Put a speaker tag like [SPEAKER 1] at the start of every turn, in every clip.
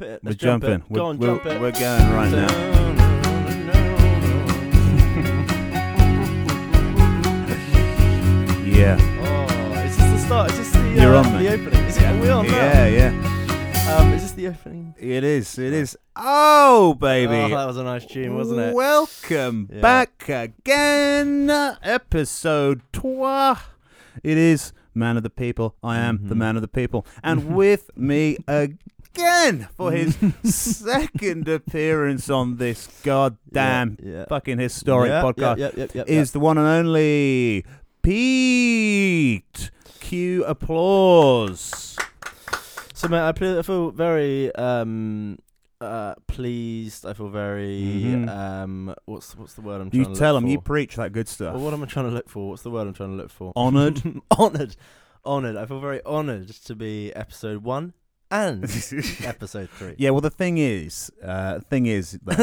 [SPEAKER 1] it.
[SPEAKER 2] We're
[SPEAKER 1] Let's jump
[SPEAKER 2] jumping.
[SPEAKER 1] It.
[SPEAKER 2] We're,
[SPEAKER 1] Go on,
[SPEAKER 2] we're,
[SPEAKER 1] jump it.
[SPEAKER 2] we're going right now. Yeah.
[SPEAKER 1] Oh, is this the start? Is this the, uh,
[SPEAKER 2] You're on,
[SPEAKER 1] the
[SPEAKER 2] mate.
[SPEAKER 1] opening? Is it, are we on
[SPEAKER 2] Yeah, yeah.
[SPEAKER 1] now? Um, is this the opening?
[SPEAKER 2] It is. It is. Oh,
[SPEAKER 1] Oh,
[SPEAKER 2] baby.
[SPEAKER 1] that was a nice tune, wasn't it?
[SPEAKER 2] Welcome
[SPEAKER 1] Yeah.
[SPEAKER 2] back again. Episode 3. It is Man of the People. I am the
[SPEAKER 1] Mhm.
[SPEAKER 2] Man of the People. And with me again for his second appearance on this goddamn
[SPEAKER 1] Yeah, yeah.
[SPEAKER 2] fucking historic
[SPEAKER 1] Yeah,
[SPEAKER 2] podcast.
[SPEAKER 1] Yep, yep, yep, yep,
[SPEAKER 2] is the one and only Pete. Cue applause.
[SPEAKER 1] yep. So, mate, I, feel- I feel very um, uh, pleased. I feel very
[SPEAKER 2] Mhm.
[SPEAKER 1] um, what's what's the word I'm trying
[SPEAKER 2] You
[SPEAKER 1] to look
[SPEAKER 2] tell him,
[SPEAKER 1] for?
[SPEAKER 2] you preach that good stuff.
[SPEAKER 1] Well, what am I trying to look for? What's the word I'm trying to look for?
[SPEAKER 2] Honoured.
[SPEAKER 1] honored, honored. I feel very honored to be episode one and episode three.
[SPEAKER 2] yeah, well, the thing is, uh, thing is, though,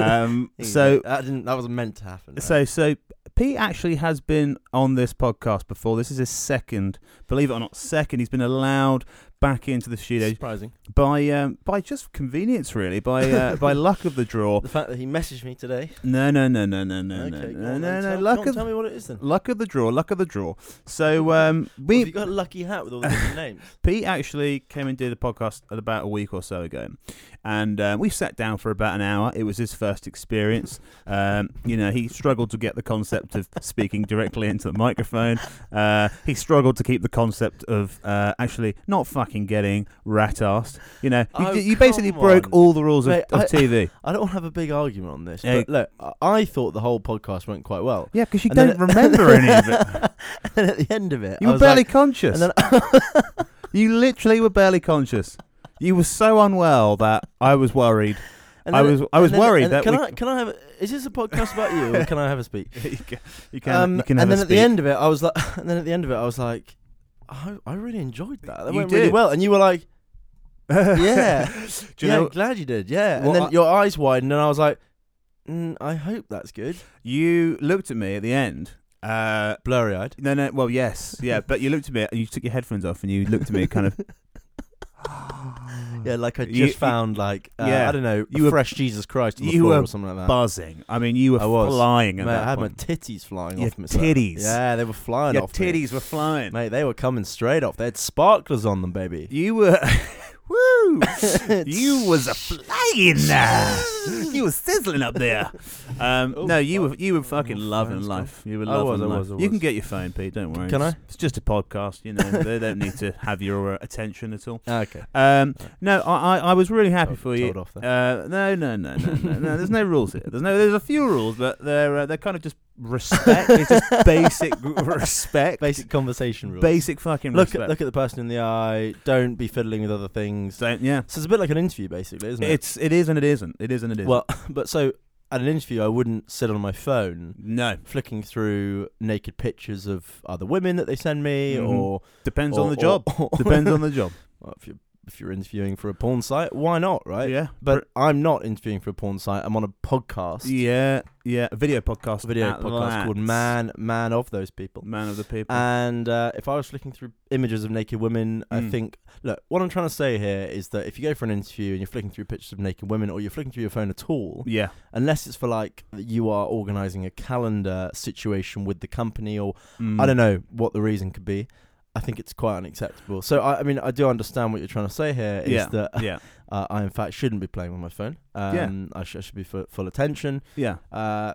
[SPEAKER 2] um,
[SPEAKER 1] Here you
[SPEAKER 2] so,
[SPEAKER 1] go. that didn't. That was meant to happen. right?
[SPEAKER 2] so, so Pete actually has been on this podcast before. This is his second, believe it or not, second. He's been allowed back into the studio
[SPEAKER 1] surprising.
[SPEAKER 2] by um, by just convenience, really, by uh, by luck of the draw.
[SPEAKER 1] The fact that he messaged me today.
[SPEAKER 2] No, no, no, no, no, no,
[SPEAKER 1] okay,
[SPEAKER 2] no,
[SPEAKER 1] go
[SPEAKER 2] no,
[SPEAKER 1] on
[SPEAKER 2] no,
[SPEAKER 1] then,
[SPEAKER 2] no.
[SPEAKER 1] tell,
[SPEAKER 2] Luck
[SPEAKER 1] go on,
[SPEAKER 2] of
[SPEAKER 1] tell me what it is then.
[SPEAKER 2] Luck of the draw, luck of the draw. So um,
[SPEAKER 1] We have
[SPEAKER 2] we
[SPEAKER 1] you got a lucky hat with all the different names.
[SPEAKER 2] Pete actually came and did the podcast about a week or so ago, and um, we sat down for about an hour. It was his first experience. Um, you know, he struggled to get the concept of speaking directly into the microphone. Uh, he struggled to keep the concept of uh, actually not fucking getting rat assed. You know, you,
[SPEAKER 1] Oh,
[SPEAKER 2] you basically
[SPEAKER 1] come
[SPEAKER 2] broke
[SPEAKER 1] on.
[SPEAKER 2] all the rules of,
[SPEAKER 1] Mate,
[SPEAKER 2] of
[SPEAKER 1] I-
[SPEAKER 2] TV.
[SPEAKER 1] I don't want to have a big argument on this,
[SPEAKER 2] Hey.
[SPEAKER 1] but look, I- I thought the whole podcast went quite well.
[SPEAKER 2] Yeah, because you
[SPEAKER 1] And then
[SPEAKER 2] don't remember any of it.
[SPEAKER 1] and at the end of it,
[SPEAKER 2] You
[SPEAKER 1] I
[SPEAKER 2] were
[SPEAKER 1] was
[SPEAKER 2] barely
[SPEAKER 1] like-
[SPEAKER 2] conscious.
[SPEAKER 1] and then
[SPEAKER 2] You literally were barely conscious. You were so unwell that I was worried.
[SPEAKER 1] and
[SPEAKER 2] I
[SPEAKER 1] then-
[SPEAKER 2] was I was
[SPEAKER 1] and then-
[SPEAKER 2] worried
[SPEAKER 1] and
[SPEAKER 2] that
[SPEAKER 1] can
[SPEAKER 2] we,
[SPEAKER 1] I can I have? a- Is this a podcast about you, or can I have a speak?
[SPEAKER 2] you can you can,
[SPEAKER 1] Um,
[SPEAKER 2] you can have
[SPEAKER 1] and
[SPEAKER 2] a
[SPEAKER 1] then at the
[SPEAKER 2] speak.
[SPEAKER 1] end of it, I was like, and then at the end of it, I was like, I, I really enjoyed that. That
[SPEAKER 2] You
[SPEAKER 1] went really
[SPEAKER 2] did.
[SPEAKER 1] well. And you were like, yeah,
[SPEAKER 2] Do you
[SPEAKER 1] yeah,
[SPEAKER 2] know
[SPEAKER 1] glad you did, yeah.
[SPEAKER 2] Well,
[SPEAKER 1] and then
[SPEAKER 2] I-
[SPEAKER 1] your eyes widened, and I was like, mm, I hope that's good.
[SPEAKER 2] you looked at me at the end. Uh,
[SPEAKER 1] Blurry eyed.
[SPEAKER 2] no, no. Well, yes, yeah. But you looked at me and you took your headphones off and you looked at me kind of.
[SPEAKER 1] Yeah, like I just
[SPEAKER 2] You-
[SPEAKER 1] found like uh,
[SPEAKER 2] yeah.
[SPEAKER 1] I don't know,
[SPEAKER 2] You were-
[SPEAKER 1] fresh Jesus Christ on the
[SPEAKER 2] you
[SPEAKER 1] floor
[SPEAKER 2] were
[SPEAKER 1] or something like that.
[SPEAKER 2] buzzing. I mean, you were
[SPEAKER 1] I was.
[SPEAKER 2] flying at
[SPEAKER 1] Mate, I
[SPEAKER 2] that
[SPEAKER 1] had my
[SPEAKER 2] point.
[SPEAKER 1] titties flying
[SPEAKER 2] Your
[SPEAKER 1] off myself.
[SPEAKER 2] titties.
[SPEAKER 1] Yeah, they were flying
[SPEAKER 2] Your
[SPEAKER 1] off. me.
[SPEAKER 2] titties were flying.
[SPEAKER 1] Mate, they were coming straight off. They had sparklers on them, baby.
[SPEAKER 2] You were, woo! you was a flying there. You was sizzling up there. Um,
[SPEAKER 1] Oh,
[SPEAKER 2] no, you were you were
[SPEAKER 1] fuck.
[SPEAKER 2] fucking
[SPEAKER 1] Oh,
[SPEAKER 2] loving
[SPEAKER 1] phone's
[SPEAKER 2] life. You were
[SPEAKER 1] I
[SPEAKER 2] loving
[SPEAKER 1] was, I
[SPEAKER 2] life.
[SPEAKER 1] was, I
[SPEAKER 2] You can
[SPEAKER 1] was.
[SPEAKER 2] get your phone, Pete. Don't worry.
[SPEAKER 1] Can
[SPEAKER 2] it's,
[SPEAKER 1] I?
[SPEAKER 2] It's just a podcast. You know, they don't need to have your uh, attention at all.
[SPEAKER 1] Okay.
[SPEAKER 2] Um, no, I, I I was really happy
[SPEAKER 1] Told-
[SPEAKER 2] for you.
[SPEAKER 1] Oh, told off there.
[SPEAKER 2] Uh, no, no, no, no, no, no. There's no rules here. There's no. There's a few rules, but they're uh, they're kind of just respect. it's just basic respect.
[SPEAKER 1] Basic conversation rules.
[SPEAKER 2] Basic fucking
[SPEAKER 1] look
[SPEAKER 2] respect.
[SPEAKER 1] at look at the person in the eye. Don't be fiddling with other things. So
[SPEAKER 2] So, yeah.
[SPEAKER 1] it's a bit like an interview, basically, isn't it?
[SPEAKER 2] It's it is and it isn't. It is and it isn't.
[SPEAKER 1] well, but so at an interview, I wouldn't sit on my phone
[SPEAKER 2] no,
[SPEAKER 1] flicking through naked pictures of other women that they send me,
[SPEAKER 2] Mhm.
[SPEAKER 1] or
[SPEAKER 2] depends
[SPEAKER 1] or-
[SPEAKER 2] on the
[SPEAKER 1] or-
[SPEAKER 2] job.
[SPEAKER 1] or-
[SPEAKER 2] depends on the job.
[SPEAKER 1] Well, if you if you're interviewing for a porn site, why not, right?
[SPEAKER 2] Yeah,
[SPEAKER 1] But I'm not interviewing for a porn site. I'm on a podcast,
[SPEAKER 2] yeah, yeah. A video podcast.
[SPEAKER 1] video
[SPEAKER 2] at
[SPEAKER 1] podcast called
[SPEAKER 2] that.
[SPEAKER 1] Man Man of Those People.
[SPEAKER 2] Man of the People.
[SPEAKER 1] And uh, if I was flicking through images of naked women, I
[SPEAKER 2] Mm.
[SPEAKER 1] think, look, what I'm trying to say here is that if you go for an interview and you're flicking through pictures of naked women or you're flicking through your phone at all,
[SPEAKER 2] yeah,
[SPEAKER 1] unless it's for like you are organizing a calendar situation with the company or
[SPEAKER 2] Mm.
[SPEAKER 1] I don't know what the reason could be, I think it's quite unacceptable. So, I, I mean, I do understand what you're trying to say here is
[SPEAKER 2] Yeah.
[SPEAKER 1] that
[SPEAKER 2] Yeah,
[SPEAKER 1] uh, I, in fact, shouldn't be playing with my phone.
[SPEAKER 2] Yeah.
[SPEAKER 1] Um, I, sh- I should be full, full attention.
[SPEAKER 2] yeah.
[SPEAKER 1] Uh,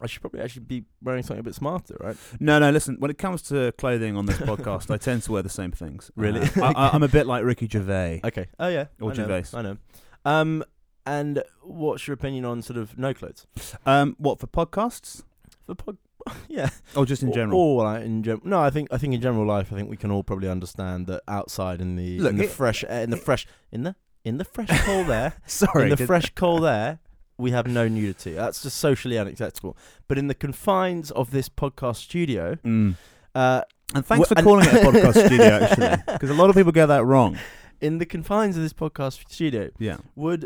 [SPEAKER 1] I should probably actually be wearing something a bit smarter, right?
[SPEAKER 2] No, no. Listen, when it comes to clothing on this podcast, I tend to wear the same things.
[SPEAKER 1] Really?
[SPEAKER 2] Uh, I, I, I'm a bit like Ricky Gervais.
[SPEAKER 1] Okay. Oh yeah.
[SPEAKER 2] Or
[SPEAKER 1] I know,
[SPEAKER 2] Gervais.
[SPEAKER 1] I know. Um, and what's your opinion on sort of no clothes
[SPEAKER 2] Um, what for podcasts
[SPEAKER 1] for pod? yeah.
[SPEAKER 2] or just in
[SPEAKER 1] Or-
[SPEAKER 2] general?
[SPEAKER 1] Or, like, in general. No, I think I think in general life, I think we can all probably understand that outside in the
[SPEAKER 2] Look,
[SPEAKER 1] in the
[SPEAKER 2] it-
[SPEAKER 1] fresh air, in the
[SPEAKER 2] it-
[SPEAKER 1] fresh in the in the fresh cold air,
[SPEAKER 2] Sorry,
[SPEAKER 1] in the
[SPEAKER 2] did-
[SPEAKER 1] fresh cold air. We have no nudity. That's just socially unacceptable. But in the confines of this podcast studio,
[SPEAKER 2] Mm.
[SPEAKER 1] uh,
[SPEAKER 2] And thanks
[SPEAKER 1] Wh-
[SPEAKER 2] for
[SPEAKER 1] and-
[SPEAKER 2] calling it a podcast studio, actually, because a lot of people get that wrong.
[SPEAKER 1] in the confines of this podcast studio,
[SPEAKER 2] Yeah,
[SPEAKER 1] would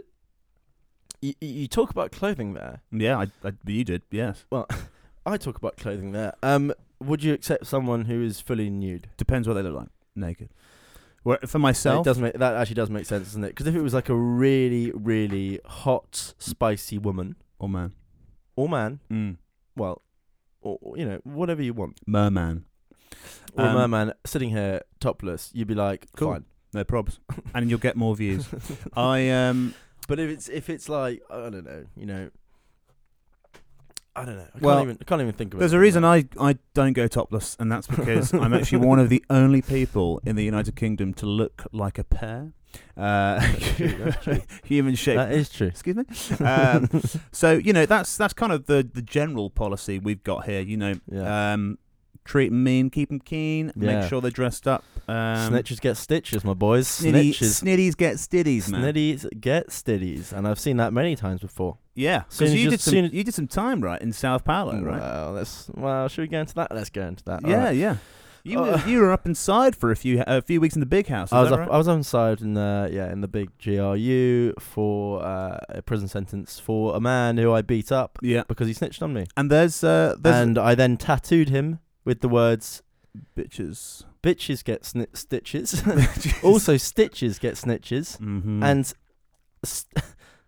[SPEAKER 1] you, you talk about clothing there?
[SPEAKER 2] yeah. I, I, you did, yes.
[SPEAKER 1] I talk about clothing there. Um, would you accept someone who is fully nude?
[SPEAKER 2] Depends what they look like naked. Where, for
[SPEAKER 1] Yeah, It
[SPEAKER 2] myself,
[SPEAKER 1] does make that actually does make sense, doesn't it? Because if it was like a really, really hot, spicy woman
[SPEAKER 2] oh man,
[SPEAKER 1] or man,
[SPEAKER 2] mm.
[SPEAKER 1] well, or or, you know whatever you want,
[SPEAKER 2] merman,
[SPEAKER 1] or
[SPEAKER 2] Um,
[SPEAKER 1] a merman sitting here topless, you'd be like,
[SPEAKER 2] Cool.
[SPEAKER 1] fine.
[SPEAKER 2] no probs, and you'll get more views. I um,
[SPEAKER 1] But if it's if it's like I don't know, you know, I don't know. I
[SPEAKER 2] Well,
[SPEAKER 1] can't even I can't even think of it.
[SPEAKER 2] there's a reason I I don't go topless, and that's because I'm actually one of the only people in the United Kingdom to look like a pear, uh,
[SPEAKER 1] true, that's true.
[SPEAKER 2] human shape.
[SPEAKER 1] that is true.
[SPEAKER 2] Excuse me. Um, so you know that's that's kind of the the general policy we've got here. You know,
[SPEAKER 1] Yeah.
[SPEAKER 2] um, treat 'em mean, keep 'em keen,
[SPEAKER 1] Yeah.
[SPEAKER 2] make sure they're dressed up. Um,
[SPEAKER 1] Snitches get stitches, my boys.
[SPEAKER 2] snitty-
[SPEAKER 1] Snitches.
[SPEAKER 2] snitties get stiddies, man.
[SPEAKER 1] Snitties get stitties, and I've seen that many times before.
[SPEAKER 2] Yeah,
[SPEAKER 1] Soon as
[SPEAKER 2] because you
[SPEAKER 1] you-
[SPEAKER 2] did some
[SPEAKER 1] soon as-
[SPEAKER 2] you did some time right in South Palo, right?
[SPEAKER 1] Well, let's. Well, should we go into that? Let's go into that.
[SPEAKER 2] yeah,
[SPEAKER 1] alright.
[SPEAKER 2] yeah. You
[SPEAKER 1] Uh,
[SPEAKER 2] were, you were up inside for a few a few weeks in the big house. Is
[SPEAKER 1] I was
[SPEAKER 2] that
[SPEAKER 1] up,
[SPEAKER 2] right?
[SPEAKER 1] I was inside in the yeah in the big GRU for uh, a prison sentence for a man who I beat up
[SPEAKER 2] Yeah,
[SPEAKER 1] because he snitched on me,
[SPEAKER 2] and there's uh, there's
[SPEAKER 1] and I then tattooed him with the words
[SPEAKER 2] bitches.
[SPEAKER 1] "bitches get sni- stitches," also "stitches get snitches,"
[SPEAKER 2] mm-hmm.
[SPEAKER 1] and st-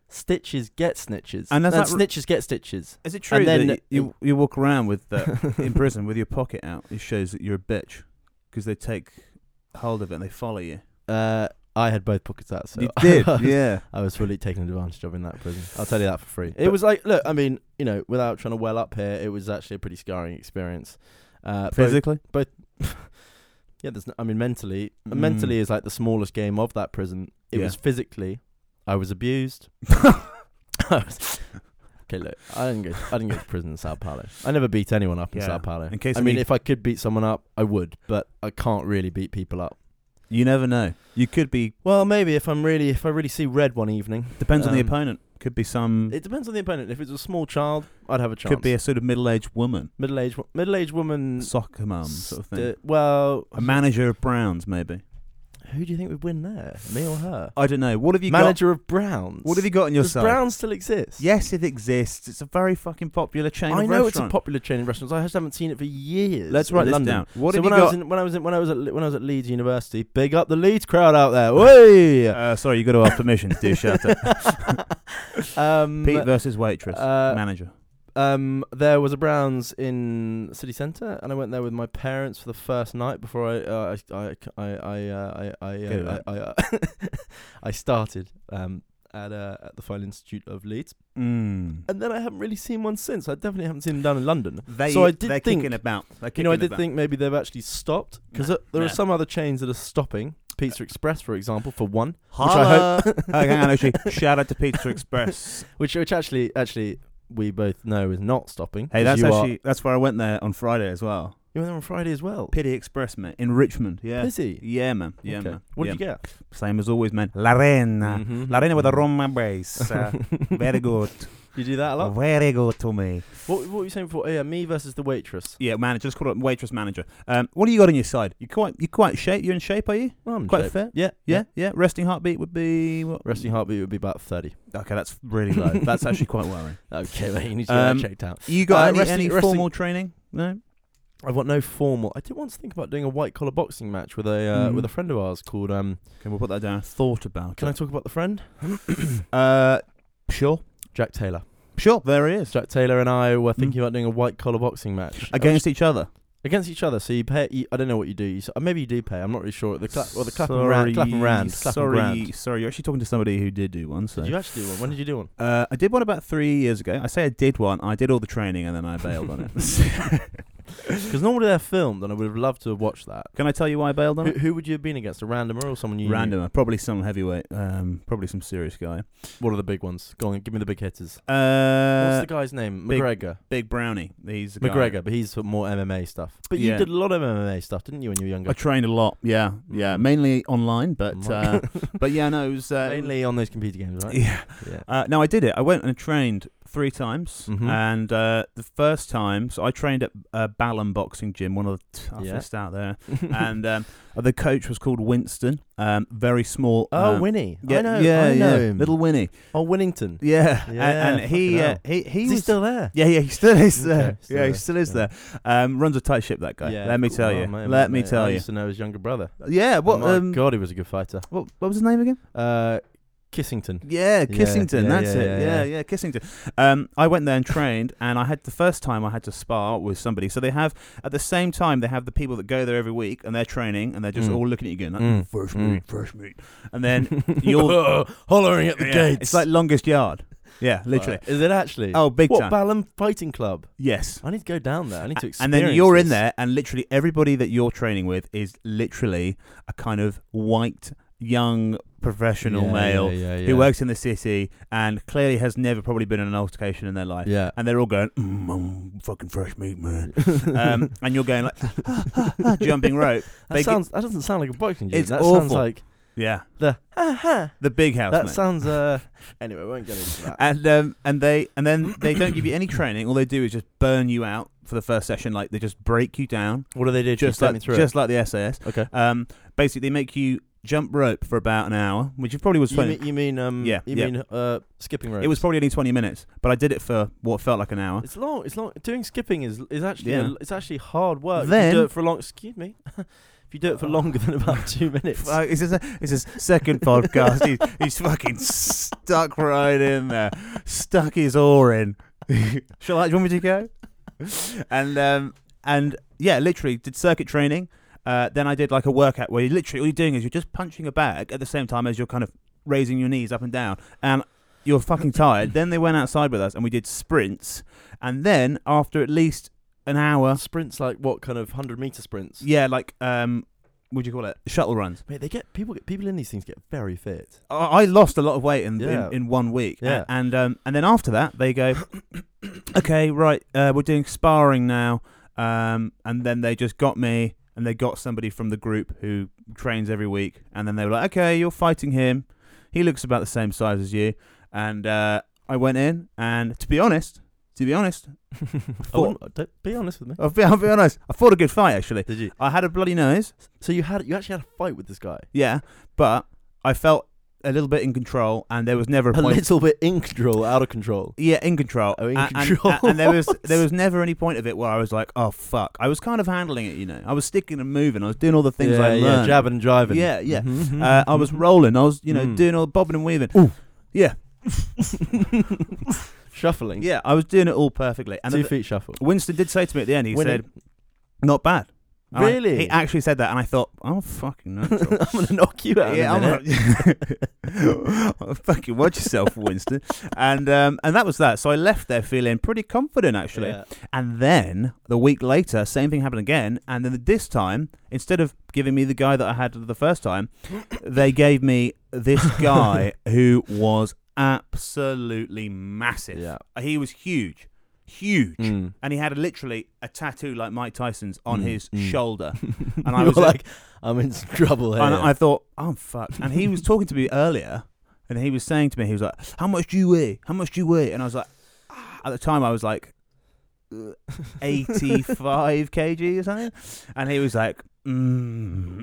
[SPEAKER 1] "stitches get snitches,"
[SPEAKER 2] And
[SPEAKER 1] and
[SPEAKER 2] is
[SPEAKER 1] no,
[SPEAKER 2] that r-
[SPEAKER 1] "snitches get stitches."
[SPEAKER 2] is it true
[SPEAKER 1] and then-
[SPEAKER 2] that you, you you walk around with uh, in prison with your pocket out? It shows that you're a bitch because they take hold of it and they follow you.
[SPEAKER 1] Uh, I had both pockets out, so
[SPEAKER 2] you
[SPEAKER 1] I
[SPEAKER 2] did,
[SPEAKER 1] was-
[SPEAKER 2] yeah.
[SPEAKER 1] I was fully taken advantage of in that prison. I'll tell you that for free. It
[SPEAKER 2] But-
[SPEAKER 1] was like, look, I mean, you know, without trying to well up here, it was actually a pretty scarring experience. Uh, both-
[SPEAKER 2] Physically,
[SPEAKER 1] yeah, there's. No, I mean, mentally,
[SPEAKER 2] Mm.
[SPEAKER 1] mentally is like the smallest game of that prison. It
[SPEAKER 2] Yeah.
[SPEAKER 1] was physically, I was abused. I was- okay, look, I didn't go. I didn't go to prison in Sao Paulo. I never beat anyone up in
[SPEAKER 2] Yeah.
[SPEAKER 1] Sao Paulo.
[SPEAKER 2] In case
[SPEAKER 1] I
[SPEAKER 2] any-
[SPEAKER 1] mean, if I could beat someone up, I would, but I can't really beat people up.
[SPEAKER 2] you never know. You could be
[SPEAKER 1] Well, maybe if I'm really, if I really see red one evening,
[SPEAKER 2] depends on the
[SPEAKER 1] Um,
[SPEAKER 2] opponent. Could be some.
[SPEAKER 1] it depends on the opponent. If it's a small child, I'd have a chance.
[SPEAKER 2] could be a sort of middle-aged woman,
[SPEAKER 1] middle-aged wo- middle-aged woman.
[SPEAKER 2] soccer mum sort of thing.
[SPEAKER 1] st- well,
[SPEAKER 2] a manager of Browns, maybe.
[SPEAKER 1] who do you think would win there, me or her?
[SPEAKER 2] I don't know. What have you got?
[SPEAKER 1] Manager of Browns.
[SPEAKER 2] What have you got in your
[SPEAKER 1] Does
[SPEAKER 2] side?
[SPEAKER 1] Browns still exist?
[SPEAKER 2] Yes, it exists. It's a very fucking popular chain.
[SPEAKER 1] I
[SPEAKER 2] of
[SPEAKER 1] know it's a
[SPEAKER 2] restaurant.
[SPEAKER 1] popular chain of restaurants. I just haven't seen it for years.
[SPEAKER 2] Let's write
[SPEAKER 1] in
[SPEAKER 2] this
[SPEAKER 1] London.
[SPEAKER 2] down. What
[SPEAKER 1] so
[SPEAKER 2] have
[SPEAKER 1] when
[SPEAKER 2] you
[SPEAKER 1] I
[SPEAKER 2] got?
[SPEAKER 1] was in, when I was in, when I was at Le- when I was at Leeds University, big up the Leeds crowd out there. Whey!
[SPEAKER 2] uh, sorry, you got to ask permission to do shut up.
[SPEAKER 1] um,
[SPEAKER 2] Pete versus waitress
[SPEAKER 1] uh,
[SPEAKER 2] manager.
[SPEAKER 1] um, there was a Browns in city centre, and I went there with my parents for the first night before I uh, I I I I uh, I I,
[SPEAKER 2] Get it
[SPEAKER 1] uh,
[SPEAKER 2] right.
[SPEAKER 1] I, I, uh, I started um, at uh, at the Fine Institute of Leeds,
[SPEAKER 2] Mm.
[SPEAKER 1] and then I haven't really seen one since. I definitely haven't seen them down in London.
[SPEAKER 2] They,
[SPEAKER 1] so I did
[SPEAKER 2] they're
[SPEAKER 1] think-
[SPEAKER 2] kicking about. They're
[SPEAKER 1] you know, I
[SPEAKER 2] kicking
[SPEAKER 1] did
[SPEAKER 2] about.
[SPEAKER 1] think maybe they've actually stopped because
[SPEAKER 2] Nah,
[SPEAKER 1] there are
[SPEAKER 2] nah.
[SPEAKER 1] some other chains that are stopping. Pizza Express, for example, for one,
[SPEAKER 2] Holla.
[SPEAKER 1] which I hope.
[SPEAKER 2] Okay, hang on, actually, shout out to Pizza Express.
[SPEAKER 1] which which actually actually we both know is not stopping.
[SPEAKER 2] Hey,
[SPEAKER 1] 'cause
[SPEAKER 2] that's
[SPEAKER 1] you are-
[SPEAKER 2] actually that's where I went there on Friday as well.
[SPEAKER 1] you went there on Friday as well.
[SPEAKER 2] Pity Express, mate, in Richmond. Yeah,
[SPEAKER 1] Busy.
[SPEAKER 2] yeah, man. Yeah,
[SPEAKER 1] Okay.
[SPEAKER 2] man.
[SPEAKER 1] What
[SPEAKER 2] yeah.
[SPEAKER 1] did you get?
[SPEAKER 2] get? Same as always, man. La Rena,
[SPEAKER 1] Mhm.
[SPEAKER 2] La Rena with a Roma base. Uh, very good,
[SPEAKER 1] You do that a lot.
[SPEAKER 2] very good to me.
[SPEAKER 1] What, what were you saying before? Oh, yeah, me versus the waitress.
[SPEAKER 2] Yeah, manager. Just call it waitress manager. Um, what do you got on your side? You quite you quite shape. You're in shape, are you?
[SPEAKER 1] Well, I'm in
[SPEAKER 2] Quite
[SPEAKER 1] shape.
[SPEAKER 2] fit.
[SPEAKER 1] Yeah,
[SPEAKER 2] Yeah, yeah. Resting heartbeat would be what?
[SPEAKER 1] Resting heartbeat would be about thirty.
[SPEAKER 2] Okay, that's really low. that's actually quite worrying.
[SPEAKER 1] Okay, mate, you need to get
[SPEAKER 2] Um,
[SPEAKER 1] that checked out.
[SPEAKER 2] You
[SPEAKER 1] Uh,
[SPEAKER 2] got any,
[SPEAKER 1] resting-
[SPEAKER 2] any
[SPEAKER 1] resting-
[SPEAKER 2] formal training? No.
[SPEAKER 1] I've got no formal. I did once think about doing a white collar boxing match with a uh,
[SPEAKER 2] Mhm.
[SPEAKER 1] with a friend of ours called. Um,
[SPEAKER 2] Okay, we'll put that down. Thought about.
[SPEAKER 1] can I talk about the friend?
[SPEAKER 2] I? Uh, sure,
[SPEAKER 1] Jack Taylor.
[SPEAKER 2] sure. There he is.
[SPEAKER 1] Jack Taylor and I were thinking about doing a white collar boxing match
[SPEAKER 2] Mm. Against each other.
[SPEAKER 1] against each other. So you pay. You, I don't know what you do. You, s- uh, maybe you do pay. I'm not really sure. The clap or the clap and rand. Clap and rand. Clap
[SPEAKER 2] sorry,
[SPEAKER 1] and rand.
[SPEAKER 2] sorry. You're actually talking to somebody who did do one. So
[SPEAKER 1] Did you actually do one? When did you do one?
[SPEAKER 2] Uh, I did one about three years ago. I say I did one. I did all the training and then I bailed on it.
[SPEAKER 1] Because normally they're filmed, and I would have loved to have watched that.
[SPEAKER 2] Can I tell you why I bailed on
[SPEAKER 1] Who,
[SPEAKER 2] it?
[SPEAKER 1] who would you have been against? A randomer or someone you knew?
[SPEAKER 2] Randomer, probably some heavyweight, um, probably some serious guy.
[SPEAKER 1] What are the big ones? Go on, give me the big hitters.
[SPEAKER 2] Uh,
[SPEAKER 1] What's the guy's name?
[SPEAKER 2] big-
[SPEAKER 1] McGregor.
[SPEAKER 2] Big Brownie. He's the guy.
[SPEAKER 1] McGregor, but he's sort of more MMA stuff. But
[SPEAKER 2] Yeah.
[SPEAKER 1] you did a lot of MMA stuff, didn't you, when you were
[SPEAKER 2] I
[SPEAKER 1] younger?
[SPEAKER 2] trained a lot. Yeah, yeah,
[SPEAKER 1] Mm.
[SPEAKER 2] mainly online, but uh, but yeah, no, it was uh,
[SPEAKER 1] Mainly on those computer games, right?
[SPEAKER 2] Yeah,
[SPEAKER 1] um, Yeah.
[SPEAKER 2] uh, no, I did it. I went and trained three times,
[SPEAKER 1] Mhm.
[SPEAKER 2] and uh, the first time, so I trained at uh, Ballon Boxing Gym, one of the I
[SPEAKER 1] Yeah.
[SPEAKER 2] fist out there, and um, the coach was called Winston. Um, very small.
[SPEAKER 1] oh,
[SPEAKER 2] um,
[SPEAKER 1] Winnie.
[SPEAKER 2] Yeah,
[SPEAKER 1] I know.
[SPEAKER 2] yeah,
[SPEAKER 1] I know
[SPEAKER 2] yeah.
[SPEAKER 1] him.
[SPEAKER 2] Little Winnie.
[SPEAKER 1] oh, Winnington.
[SPEAKER 2] Yeah, a-
[SPEAKER 1] Yeah,
[SPEAKER 2] and, he,
[SPEAKER 1] fucking
[SPEAKER 2] uh,
[SPEAKER 1] hell.
[SPEAKER 2] he he
[SPEAKER 1] Is
[SPEAKER 2] was
[SPEAKER 1] he still there?
[SPEAKER 2] Yeah, yeah, he still is
[SPEAKER 1] Okay,
[SPEAKER 2] there.
[SPEAKER 1] still
[SPEAKER 2] yeah, he
[SPEAKER 1] there,
[SPEAKER 2] still is
[SPEAKER 1] yeah.
[SPEAKER 2] there. Um, runs a tight ship, that guy. Let me
[SPEAKER 1] cool.
[SPEAKER 2] tell
[SPEAKER 1] Oh,
[SPEAKER 2] you.
[SPEAKER 1] mate,
[SPEAKER 2] Let
[SPEAKER 1] mate,
[SPEAKER 2] me
[SPEAKER 1] mate.
[SPEAKER 2] tell
[SPEAKER 1] I
[SPEAKER 2] you.
[SPEAKER 1] used to know his younger brother.
[SPEAKER 2] Yeah.
[SPEAKER 1] What?
[SPEAKER 2] What?
[SPEAKER 1] my
[SPEAKER 2] um,
[SPEAKER 1] God, he was a good fighter.
[SPEAKER 2] what? What was his name again?
[SPEAKER 1] Uh, Kissington.
[SPEAKER 2] Yeah,
[SPEAKER 1] Yeah,
[SPEAKER 2] Kissington.
[SPEAKER 1] yeah,
[SPEAKER 2] that's
[SPEAKER 1] yeah,
[SPEAKER 2] it.
[SPEAKER 1] yeah,
[SPEAKER 2] Yeah,
[SPEAKER 1] yeah.
[SPEAKER 2] yeah, Kissington. Um, I went there and trained, and I had the first time I had to spar with somebody. So they have at the same time they have the people that go there every week and they're training and they're just
[SPEAKER 1] Mm.
[SPEAKER 2] all looking at you going like,
[SPEAKER 1] Mm.
[SPEAKER 2] first
[SPEAKER 1] Mm.
[SPEAKER 2] meet, first meet, and then you're
[SPEAKER 1] hollering at the
[SPEAKER 2] Yeah,
[SPEAKER 1] gates.
[SPEAKER 2] It's like longest yard. Yeah, literally.
[SPEAKER 1] Is it actually?
[SPEAKER 2] Oh, big
[SPEAKER 1] what
[SPEAKER 2] time.
[SPEAKER 1] Balam Fighting Club?
[SPEAKER 2] yes.
[SPEAKER 1] I need to go down there. I need to
[SPEAKER 2] and
[SPEAKER 1] experience.
[SPEAKER 2] then you're in
[SPEAKER 1] this.
[SPEAKER 2] there, and literally everybody that you're training with is literally a kind of white, young professional
[SPEAKER 1] Yeah,
[SPEAKER 2] male
[SPEAKER 1] yeah, yeah, yeah.
[SPEAKER 2] who works in the city and clearly has never probably been in an altercation in their life.
[SPEAKER 1] Yeah.
[SPEAKER 2] And they're all going, mm, I'm fucking fresh meat, man. um, and you're going like jumping rope.
[SPEAKER 1] that
[SPEAKER 2] they get-
[SPEAKER 1] sounds. That doesn't sound like a boxing gym.
[SPEAKER 2] It's
[SPEAKER 1] that sounds
[SPEAKER 2] awful.
[SPEAKER 1] like
[SPEAKER 2] Yeah,
[SPEAKER 1] the. Ha, ha.
[SPEAKER 2] the big house.
[SPEAKER 1] That
[SPEAKER 2] mate.
[SPEAKER 1] sounds. Uh. anyway, we won't get into that.
[SPEAKER 2] and um, and they and then they don't give you any training. All they do is just burn you out for the first session. Like they just break you down,
[SPEAKER 1] what do they do? to
[SPEAKER 2] just
[SPEAKER 1] you? Take
[SPEAKER 2] like
[SPEAKER 1] me through
[SPEAKER 2] just like the SAS.
[SPEAKER 1] it? okay.
[SPEAKER 2] Um, basically, they make you jump rope for about an hour, which is probably was
[SPEAKER 1] You
[SPEAKER 2] funny.
[SPEAKER 1] mean, you mean um
[SPEAKER 2] Yeah,
[SPEAKER 1] you
[SPEAKER 2] yeah.
[SPEAKER 1] mean uh skipping rope.
[SPEAKER 2] It was probably only twenty minutes, but I did it for what felt like an hour.
[SPEAKER 1] It's long. It's long. Doing skipping is is actually a
[SPEAKER 2] Yeah.
[SPEAKER 1] l it's actually hard work. if
[SPEAKER 2] Then-
[SPEAKER 1] you do it for a long. Excuse me. if you do it for longer than about two minutes,
[SPEAKER 2] Uh, it's, his, it's his second podcast. He, he's fucking stuck right in there, stuck his oar in. Shall I? Do you want me to go? And um, and yeah, literally did circuit training. Uh, then I did like a workout where you literally all you're doing is you're just punching a bag at the same time as you're kind of raising your knees up and down, and you're fucking tired. then they went outside with us and we did sprints, and then after at least an hour,
[SPEAKER 1] sprints like what kind of hundred meter sprints?
[SPEAKER 2] yeah, like um, what do you call it? Shuttle runs.
[SPEAKER 1] Mate, they get people. Get people in these things get very fit.
[SPEAKER 2] I I lost a lot of weight in
[SPEAKER 1] Yeah.
[SPEAKER 2] in, in one week,
[SPEAKER 1] Yeah.
[SPEAKER 2] A- and um, and then after that they go, okay, right, uh, we're doing sparring now, um, and then they just got me, and they got somebody from the group who trains every week, and then they were like, okay, you're fighting him, he looks about the same size as you, and uh, I went in, and to be honest, to be honest,
[SPEAKER 1] I wouldn't- Oh, don't, be honest with me.
[SPEAKER 2] I'll be, I'll be honest, I fought a good fight actually.
[SPEAKER 1] Did you?
[SPEAKER 2] I had a bloody nose,
[SPEAKER 1] So you had you actually had a fight with this guy.
[SPEAKER 2] yeah, but I felt a little bit in control, and there was never a
[SPEAKER 1] A
[SPEAKER 2] point.
[SPEAKER 1] little bit in control, out of control.
[SPEAKER 2] Yeah, in control.
[SPEAKER 1] Oh, in
[SPEAKER 2] A- and,
[SPEAKER 1] control.
[SPEAKER 2] a- and there was there was never any point of it where I was like, oh fuck. I was kind of handling it, you know. I was sticking and moving. I was doing all the things
[SPEAKER 1] yeah,
[SPEAKER 2] I
[SPEAKER 1] yeah,
[SPEAKER 2] learned.
[SPEAKER 1] jabbing and driving.
[SPEAKER 2] Yeah, yeah.
[SPEAKER 1] Mhm,
[SPEAKER 2] uh, I was
[SPEAKER 1] mhm.
[SPEAKER 2] rolling. I was, you know,
[SPEAKER 1] Mm.
[SPEAKER 2] doing all bobbing and weaving. Yeah,
[SPEAKER 1] shuffling.
[SPEAKER 2] yeah. I was doing it all perfectly. And
[SPEAKER 1] two
[SPEAKER 2] the-
[SPEAKER 1] feet shuffle.
[SPEAKER 2] Winston did say to me at the end, he
[SPEAKER 1] Winning.
[SPEAKER 2] said, "Not bad." And I-
[SPEAKER 1] Really?
[SPEAKER 2] he actually said that, and I thought, "Oh fucking." nuts."
[SPEAKER 1] I'm gonna knock you out.
[SPEAKER 2] Yeah,
[SPEAKER 1] in a minute.
[SPEAKER 2] I'm a- fucking watch yourself, Winston. and um, and that was that. So I left there feeling pretty confident, actually.
[SPEAKER 1] Yeah.
[SPEAKER 2] And then the week later, same thing happened again. And then this time, instead of giving me the guy that I had the first time, they gave me this guy who was absolutely massive.
[SPEAKER 1] Yeah.
[SPEAKER 2] He was huge, huge.
[SPEAKER 1] Mm.
[SPEAKER 2] And he had literally a tattoo like Mike Tyson's on
[SPEAKER 1] Mm,
[SPEAKER 2] his
[SPEAKER 1] mm.
[SPEAKER 2] shoulder.
[SPEAKER 1] and
[SPEAKER 2] I was
[SPEAKER 1] like, I'm in trouble here.
[SPEAKER 2] And I thought, oh, fuck. And he was talking to me earlier and he was saying to me, he was like, how much do you weigh? How much do you weigh? And I was like, "Ah." at the time, I was like, 85 kg or something. And he was like, mm,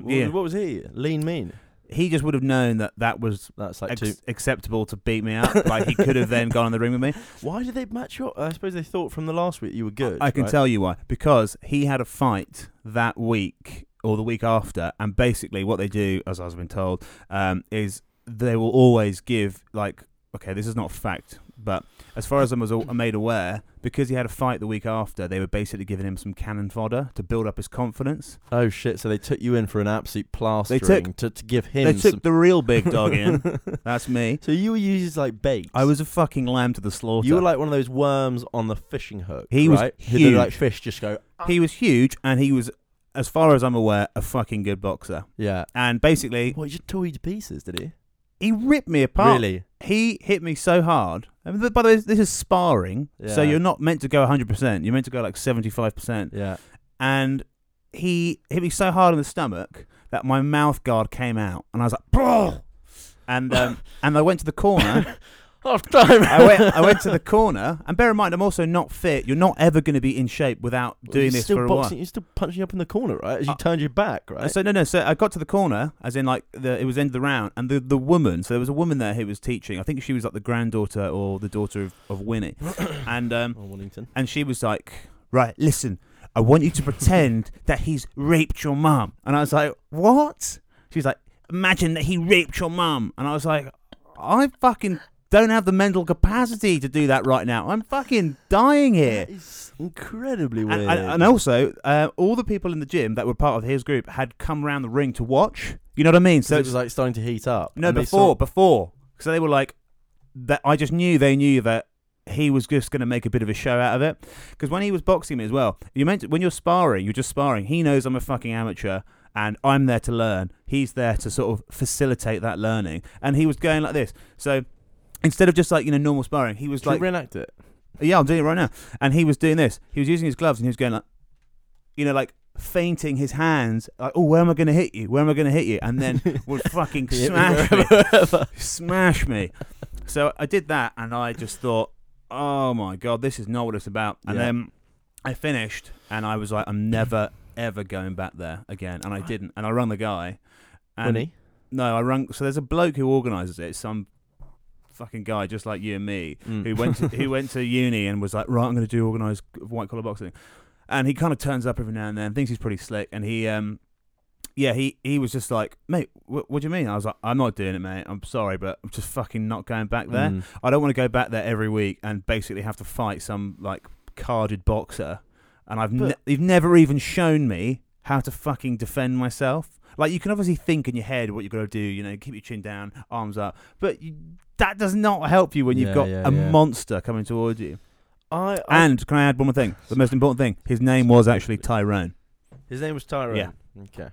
[SPEAKER 1] What,
[SPEAKER 2] yeah.
[SPEAKER 1] what was he? Lean mean.
[SPEAKER 2] He just would have known that that was
[SPEAKER 1] That's like two.
[SPEAKER 2] ex- acceptable to beat me up. like, he could have then gone in the ring with me.
[SPEAKER 1] Why did they match you up? I suppose they thought from the last week you were good.
[SPEAKER 2] I can
[SPEAKER 1] right?
[SPEAKER 2] tell you why. Because he had a fight that week or the week after, and basically what they do, as I've been told, um, is they will always give like, okay, this is not fact, but as far as I was aw- made aware, because he had a fight the week after, they were basically giving him some cannon fodder to build up his confidence.
[SPEAKER 1] Oh shit! So they took you in for an absolute plastering to, to give him.
[SPEAKER 2] They took
[SPEAKER 1] some...
[SPEAKER 2] the real big dog in. That's me.
[SPEAKER 1] so you were used as like bait.
[SPEAKER 2] I was a fucking lamb to the slaughter.
[SPEAKER 1] You were like one of those worms on the fishing hook.
[SPEAKER 2] He was
[SPEAKER 1] right? Who did, like
[SPEAKER 2] huge.
[SPEAKER 1] fish just go.
[SPEAKER 2] he was huge, and he was, as far as I'm aware, a fucking good boxer.
[SPEAKER 1] Yeah.
[SPEAKER 2] And basically,
[SPEAKER 1] Well, he just tore you to pieces, did he?
[SPEAKER 2] he ripped me apart.
[SPEAKER 1] Really?
[SPEAKER 2] he hit me so hard. I mean, th- by the way, this is sparring, so
[SPEAKER 1] Yeah.
[SPEAKER 2] you're not meant to go 100%. You're meant to go like 75%.
[SPEAKER 1] Yeah.
[SPEAKER 2] And he hit me so hard in the stomach that my um, mouth guard came out, and I was like, "Bruh!" and um, and I went to the corner.
[SPEAKER 1] Half time.
[SPEAKER 2] I went, I went to the corner, and bear in mind, I'm also not fit. You're not ever going to be in shape without
[SPEAKER 1] Well,
[SPEAKER 2] doing
[SPEAKER 1] you're
[SPEAKER 2] this
[SPEAKER 1] still
[SPEAKER 2] for a while.
[SPEAKER 1] boxing, You're still punching up in the corner, right? As you
[SPEAKER 2] Uh,
[SPEAKER 1] turned your back, right?
[SPEAKER 2] So no, no. So I got to the corner, as in like the it was end of the round, and the the woman. So there was a woman there who was teaching. I think she was like the granddaughter or the daughter of, of Winnie, and um
[SPEAKER 1] Oh, Wellington.
[SPEAKER 2] and she was like, right, listen, I want you to pretend that he's raped your mum, and I was like, what? She's like, imagine that he raped your mum, and I was like, I fucking don't have the mental capacity to do that right now. I'm fucking dying here.
[SPEAKER 1] That is incredibly weird.
[SPEAKER 2] And, and, and also, uh, all the people in the gym that were part of his group had come round the ring to watch. You know what I mean?
[SPEAKER 1] so
[SPEAKER 2] So
[SPEAKER 1] it was like starting to heat up.
[SPEAKER 2] no,
[SPEAKER 1] and they
[SPEAKER 2] before,
[SPEAKER 1] saw-
[SPEAKER 2] before. So they were like, that. I just knew they knew that he was just going to make a bit of a show out of it. Because when he was boxing me as well, you meant when you're sparring, you're just sparring. He knows I'm a fucking amateur. And I'm there to learn. He's there to sort of facilitate that learning. And he was going like this. So instead of just like, you know, normal sparring, he was
[SPEAKER 1] Should we
[SPEAKER 2] like,
[SPEAKER 1] reenact it.
[SPEAKER 2] yeah, I'm doing it right now. And he was doing this. He was using his gloves and he was going like, you know, like feinting his hands. Like, oh, where am I going to hit you? Where am I going to hit you? And then would fucking
[SPEAKER 1] Yeah,
[SPEAKER 2] smash me.
[SPEAKER 1] wherever.
[SPEAKER 2] Smash me. So I did that and I just thought, oh my God, this is not what it's about. And
[SPEAKER 1] Yeah.
[SPEAKER 2] then I finished and I was like, I'm never, ever going back there again. And I didn't. And I rung the guy. And
[SPEAKER 1] Winnie.
[SPEAKER 2] no, I rang. So there's a bloke who organises it. Some fucking guy just like you and me
[SPEAKER 1] Mm.
[SPEAKER 2] who went to, who went to uni and was like, right, I'm going to do organised white collar boxing, and he kind of turns up every now and then, thinks he's pretty slick, and he um. Yeah, he, he was just like, mate, wh- what do you mean? I was like, I'm not doing it, mate. I'm sorry, but I'm just fucking not going back there.
[SPEAKER 1] Mm.
[SPEAKER 2] I don't want to go back there every week and basically have to fight some like carded boxer, and I've ne-
[SPEAKER 1] But-
[SPEAKER 2] you've never even shown me how to fucking defend myself. Like you can obviously think in your head what you're gonna do, you know, keep your chin down, arms up, but you, that does not help you when you've
[SPEAKER 1] Yeah,
[SPEAKER 2] got
[SPEAKER 1] yeah,
[SPEAKER 2] a
[SPEAKER 1] yeah.
[SPEAKER 2] monster coming towards you.
[SPEAKER 1] I, I
[SPEAKER 2] And can I add one more thing? The most important thing: his name was actually Tyrone.
[SPEAKER 1] His name was Tyrone.
[SPEAKER 2] Yeah.
[SPEAKER 1] Okay.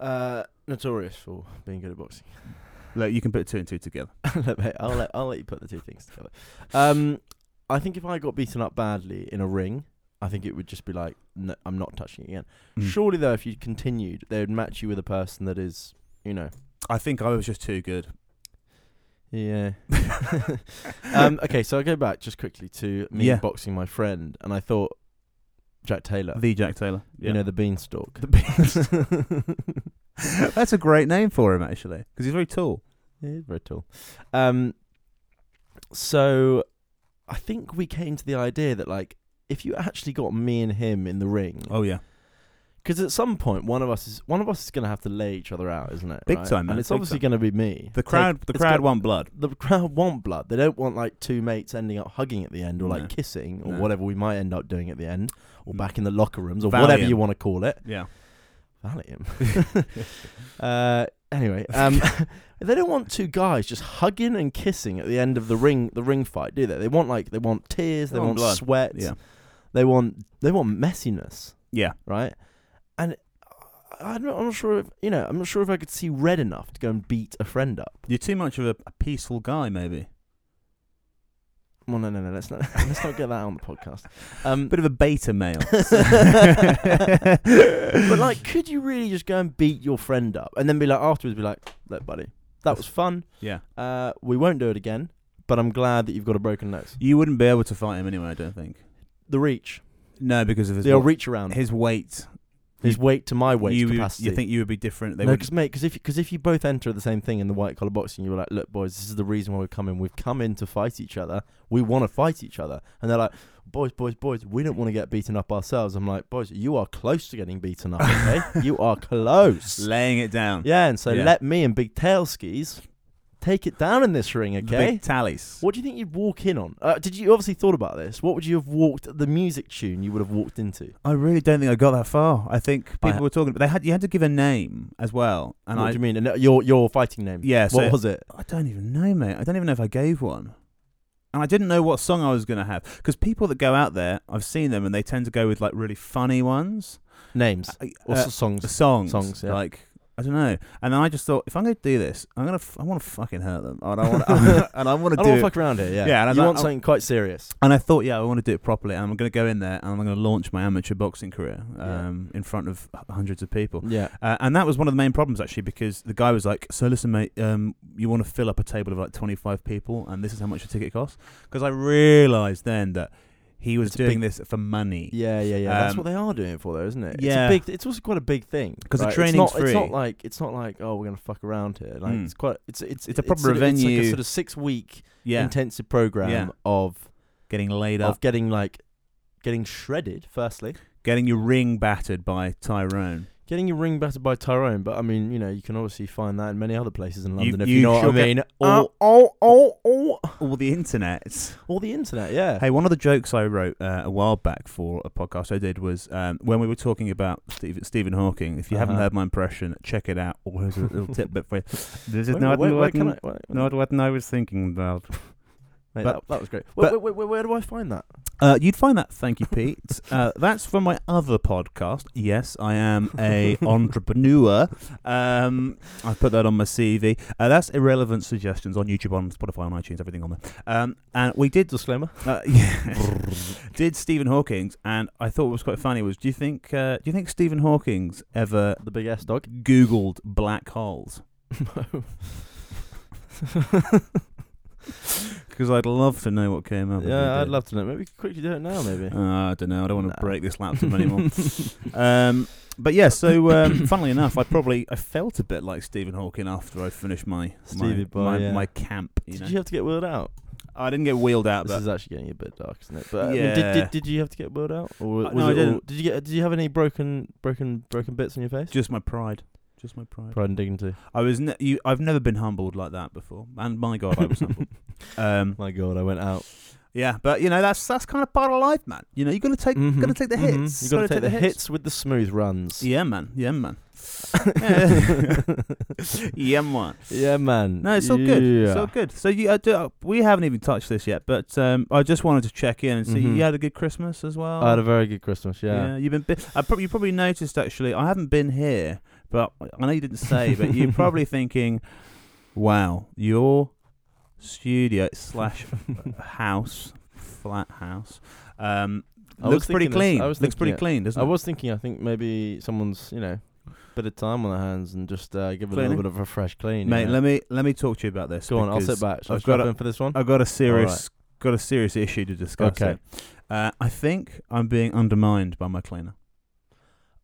[SPEAKER 1] Uh, notorious for being good at boxing.
[SPEAKER 2] Look, you can put two and two together.
[SPEAKER 1] Look, mate, I'll let I'll let you put the two things together. Um, I think if I got beaten up badly in a ring, I think it would just be like, no, I'm not touching it again.
[SPEAKER 2] Mm.
[SPEAKER 1] Surely though, if you continued, they would match you with a person that is, you know,
[SPEAKER 2] I think I was just too good.
[SPEAKER 1] yeah. um, okay, so I go back just quickly to me
[SPEAKER 2] Yeah.
[SPEAKER 1] boxing my friend, and I thought Jack Taylor,
[SPEAKER 2] The Jack Taylor.
[SPEAKER 1] you know, the beanstalk.
[SPEAKER 2] The That's a great name for him, actually, because he's very tall.
[SPEAKER 1] Yeah, he's very tall. Um, so I think we came to the idea that like if you actually got me and him in the ring,
[SPEAKER 2] Oh yeah,
[SPEAKER 1] because at some point one of us is one of us is going to have to lay each other out, isn't it?
[SPEAKER 2] Big
[SPEAKER 1] right?
[SPEAKER 2] time, man,
[SPEAKER 1] and it's
[SPEAKER 2] big
[SPEAKER 1] obviously going to be me.
[SPEAKER 2] the
[SPEAKER 1] Take-
[SPEAKER 2] crowd. the
[SPEAKER 1] it's
[SPEAKER 2] crowd
[SPEAKER 1] got-
[SPEAKER 2] want blood.
[SPEAKER 1] The crowd want blood. They don't want like two mates ending up hugging at the end, or like
[SPEAKER 2] No.
[SPEAKER 1] kissing, or
[SPEAKER 2] No.
[SPEAKER 1] whatever we might end up doing at the end, or
[SPEAKER 2] Mm.
[SPEAKER 1] back in the locker rooms, or whatever
[SPEAKER 2] Valiant.
[SPEAKER 1] you want to call it.
[SPEAKER 2] Yeah,
[SPEAKER 1] Valium. uh, anyway, um, they don't want two guys just hugging and kissing at the end of the ring the ring fight, do they? They want like they want tears, they,
[SPEAKER 2] They want
[SPEAKER 1] want,
[SPEAKER 2] blood.
[SPEAKER 1] sweat,
[SPEAKER 2] yeah,
[SPEAKER 1] they want they want messiness,
[SPEAKER 2] yeah.
[SPEAKER 1] right? And I- I'm not, I'm not sure if you know I'm not sure if I could see red enough to go and beat a friend up.
[SPEAKER 2] You're too much of a, a peaceful guy, maybe.
[SPEAKER 1] Well, no, no, no. Let's not let's not get that on the podcast. Um,
[SPEAKER 2] Bit of a beta male.
[SPEAKER 1] but like, could you really just go and beat your friend up and then be like afterwards, be like, look, buddy, that was fun.
[SPEAKER 2] yeah,
[SPEAKER 1] Uh, we won't do it again, but I'm glad that you've got a broken nose.
[SPEAKER 2] you wouldn't be able to fight him anyway. I don't think.
[SPEAKER 1] The reach,
[SPEAKER 2] No, because of his
[SPEAKER 1] the old
[SPEAKER 2] wa-
[SPEAKER 1] reach around, his,
[SPEAKER 2] his weight.
[SPEAKER 1] weight to my weight
[SPEAKER 2] you, would-
[SPEAKER 1] capacity.
[SPEAKER 2] you think you would be different? They
[SPEAKER 1] no,
[SPEAKER 2] would.
[SPEAKER 1] because mate, because if because if you both enter the same thing in the white collar boxing, you're like, look, boys, this is the reason why we're coming. We've come in to fight each other. We want to fight each other, and they're like, boys, boys, boys, we don't want to get beaten up ourselves. I'm like, boys, you are close to getting beaten up. Okay, you are close.
[SPEAKER 2] Laying it down.
[SPEAKER 1] Yeah, and so
[SPEAKER 2] Yeah.
[SPEAKER 1] let me and Big Tail Skis take it down in this ring, okay?
[SPEAKER 2] Big tallies.
[SPEAKER 1] What do you think you'd walk in on? Uh, did you you obviously thought about this? What would you have walked the music tune you would have walked into?
[SPEAKER 2] I really don't think I got that far. I think
[SPEAKER 1] I
[SPEAKER 2] people
[SPEAKER 1] ha-
[SPEAKER 2] were talking, but they had you had to give a name as well, and
[SPEAKER 1] what
[SPEAKER 2] I
[SPEAKER 1] do you mean? And, uh, your your fighting name?
[SPEAKER 2] yeah. so
[SPEAKER 1] what was it?
[SPEAKER 2] I don't even know, mate. I don't even know if I gave one. And I didn't know what song I was going to have. Because people that go out there, I've seen them and they tend to go with like really funny ones.
[SPEAKER 1] Names
[SPEAKER 2] I-
[SPEAKER 1] or
[SPEAKER 2] uh,
[SPEAKER 1] s- songs?
[SPEAKER 2] songs.
[SPEAKER 1] songs, yeah.
[SPEAKER 2] Like, I don't know. And I just thought, if I'm going to do this, I'm going to, f- I want to fucking hurt them. And I want to, and I want
[SPEAKER 1] I don't want
[SPEAKER 2] to do
[SPEAKER 1] to
[SPEAKER 2] it.
[SPEAKER 1] fuck around here. Yeah,
[SPEAKER 2] Yeah, and I
[SPEAKER 1] you
[SPEAKER 2] don't-
[SPEAKER 1] want
[SPEAKER 2] I-
[SPEAKER 1] something quite serious.
[SPEAKER 2] And I thought, yeah, I want to do it properly. And I'm going to go in there and I'm going to launch my amateur boxing career
[SPEAKER 1] Yeah.
[SPEAKER 2] um, in front of h- hundreds of people.
[SPEAKER 1] Yeah,
[SPEAKER 2] Uh, and that was one of the main problems actually, because the guy was like, "So listen, mate, um, you want to fill up a table of like 25 people, and this is how much a ticket costs." Because I realised then that he was
[SPEAKER 1] It's a
[SPEAKER 2] doing
[SPEAKER 1] big-
[SPEAKER 2] this for money.
[SPEAKER 1] yeah, yeah, yeah. That's
[SPEAKER 2] Um,
[SPEAKER 1] what they are doing it for, though, isn't it?
[SPEAKER 2] yeah.
[SPEAKER 1] it's, a big, it's also quite a big thing
[SPEAKER 2] 'Cause the
[SPEAKER 1] right?
[SPEAKER 2] training's
[SPEAKER 1] it's not, It's not
[SPEAKER 2] free.
[SPEAKER 1] like it's not like oh, we're gonna fuck around here. Like
[SPEAKER 2] Mm.
[SPEAKER 1] it's quite it's it's
[SPEAKER 2] It's a proper
[SPEAKER 1] sort of- it's like
[SPEAKER 2] venue.
[SPEAKER 1] a sort of six week
[SPEAKER 2] Yeah,
[SPEAKER 1] intensive program
[SPEAKER 2] Yeah.
[SPEAKER 1] of
[SPEAKER 2] getting laid up,
[SPEAKER 1] of getting like getting shredded. Firstly,
[SPEAKER 2] getting your ring battered by Tyrone.
[SPEAKER 1] getting your ring battered by Tyrone, but I mean, you know, you can obviously find that in many other places in
[SPEAKER 2] You-
[SPEAKER 1] London if
[SPEAKER 2] you
[SPEAKER 1] you know
[SPEAKER 2] sure
[SPEAKER 1] what I
[SPEAKER 2] get-
[SPEAKER 1] mean.
[SPEAKER 2] Oh,
[SPEAKER 1] Or, oh, oh, oh,
[SPEAKER 2] All the internet.
[SPEAKER 1] or the internet, yeah.
[SPEAKER 2] Hey, one of the jokes I wrote uh, a while back for a podcast I did was um, when we were talking about Steve, Stephen Hawking. If you haven't
[SPEAKER 1] Uh-huh.
[SPEAKER 2] heard my impression, check it out. Or here's a little tidbit for you. This is
[SPEAKER 1] Wait,
[SPEAKER 2] not
[SPEAKER 1] wait, wait,
[SPEAKER 2] what,
[SPEAKER 1] can I- wait,
[SPEAKER 2] not what I was thinking about.
[SPEAKER 1] mate,
[SPEAKER 2] but-
[SPEAKER 1] that, that was great. Wait,
[SPEAKER 2] but-
[SPEAKER 1] wait, wait, wait, where do I find that?
[SPEAKER 2] Uh, you'd find that. Thank you, Pete. uh, that's from my other podcast. Yes, I am a entrepreneur. Um, I put that on my CV. Uh, that's irrelevant suggestions on YouTube, on Spotify, on iTunes, everything on there. Um, and we did
[SPEAKER 1] Disclaimer.
[SPEAKER 2] Uh, yeah. did Stephen Hawking's, and I thought what was quite funny was, do you think uh, do you think Stephen Hawking's ever
[SPEAKER 1] The big ass dog.
[SPEAKER 2] Googled black holes?
[SPEAKER 1] No.
[SPEAKER 2] Because I'd love to know what came up. if he
[SPEAKER 1] yeah, I'd
[SPEAKER 2] did.
[SPEAKER 1] love to know. Maybe we could quickly do it now, maybe.
[SPEAKER 2] Uh, I don't know. I don't want to
[SPEAKER 1] Nah.
[SPEAKER 2] break this laptop anymore. um, but yeah, so um, funnily enough, I probably I felt a bit like Stephen Hawking after I finished my my,
[SPEAKER 1] Stevie boy,
[SPEAKER 2] my,
[SPEAKER 1] yeah.
[SPEAKER 2] my camp. You
[SPEAKER 1] Did
[SPEAKER 2] know,
[SPEAKER 1] you have to get wheeled out?
[SPEAKER 2] I didn't get wheeled out,
[SPEAKER 1] This
[SPEAKER 2] but
[SPEAKER 1] is actually getting a bit dark, isn't it? But I mean,
[SPEAKER 2] Yeah.
[SPEAKER 1] did, did did you have to get wheeled out, or was
[SPEAKER 2] Uh, no,
[SPEAKER 1] it
[SPEAKER 2] I
[SPEAKER 1] all-
[SPEAKER 2] didn't.
[SPEAKER 1] did you get? Did you have any broken broken broken bits on your face?
[SPEAKER 2] just my pride. Just my pride.
[SPEAKER 1] Pride and dignity.
[SPEAKER 2] I was ne- you. I've never been humbled like that before, and my God, I was humbled. Um,
[SPEAKER 1] My God, I went out.
[SPEAKER 2] yeah, but you know that's that's kind of part of life, man. You know you got to take
[SPEAKER 1] Mhm,
[SPEAKER 2] got to take the
[SPEAKER 1] mhm.
[SPEAKER 2] hits.
[SPEAKER 1] You got to take, the hits.
[SPEAKER 2] hits.
[SPEAKER 1] with the smooth runs.
[SPEAKER 2] Yeah, man. Yeah, man. Yeah. yeah, man.
[SPEAKER 1] yeah, man.
[SPEAKER 2] No, it's all good. It's
[SPEAKER 1] Yeah.
[SPEAKER 2] all good. So you, uh, do, uh, we haven't even touched this yet, but um, I just wanted to check in and see
[SPEAKER 1] Mhm.
[SPEAKER 2] you had a good Christmas as well.
[SPEAKER 1] I had a very good Christmas. Yeah.
[SPEAKER 2] you've been. Bi- I prob- you probably noticed actually. I haven't been here, but I know you didn't say, but you're probably thinking, "Wow, your studio slash house, flat house, um,
[SPEAKER 1] I was
[SPEAKER 2] looks pretty
[SPEAKER 1] thinking this-
[SPEAKER 2] clean.
[SPEAKER 1] I was
[SPEAKER 2] looks
[SPEAKER 1] thinking
[SPEAKER 2] pretty
[SPEAKER 1] it.
[SPEAKER 2] clean, doesn't
[SPEAKER 1] I
[SPEAKER 2] it?
[SPEAKER 1] was thinking, I think maybe someone's, you know, bit of time on their hands and just uh, give it a
[SPEAKER 2] Cleaning.
[SPEAKER 1] little bit of a fresh clean.
[SPEAKER 2] Mate,
[SPEAKER 1] you know.
[SPEAKER 2] let me let me talk to you about this.
[SPEAKER 1] Go on, I'll
[SPEAKER 2] because
[SPEAKER 1] sit back. Shall
[SPEAKER 2] I've
[SPEAKER 1] I've
[SPEAKER 2] got
[SPEAKER 1] got
[SPEAKER 2] a-
[SPEAKER 1] in for this one.
[SPEAKER 2] I've got a serious got a serious issue to discuss.
[SPEAKER 1] Okay.
[SPEAKER 2] here. Uh, I think I'm being undermined by my cleaner.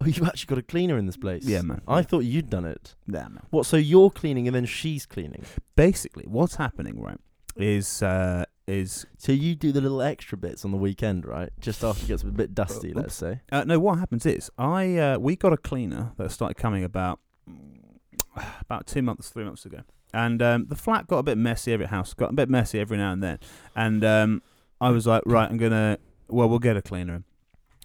[SPEAKER 1] Oh, you've actually got a cleaner in this place.
[SPEAKER 2] Yeah, man.
[SPEAKER 1] I thought you'd done it.
[SPEAKER 2] Yeah, man.
[SPEAKER 1] What? So you're cleaning and then she's cleaning.
[SPEAKER 2] Basically, what's happening, right, is uh, is
[SPEAKER 1] So you do the little extra bits on the weekend, right? Just after it gets a bit dusty, let's say.
[SPEAKER 2] Uh, no, what happens is I uh, we got a cleaner that started coming about about two months, three months ago, and um, the flat got a bit messy. Every house got a bit messy every now and then, and um, I was like, right, I'm gonna well, we'll get a cleaner. in.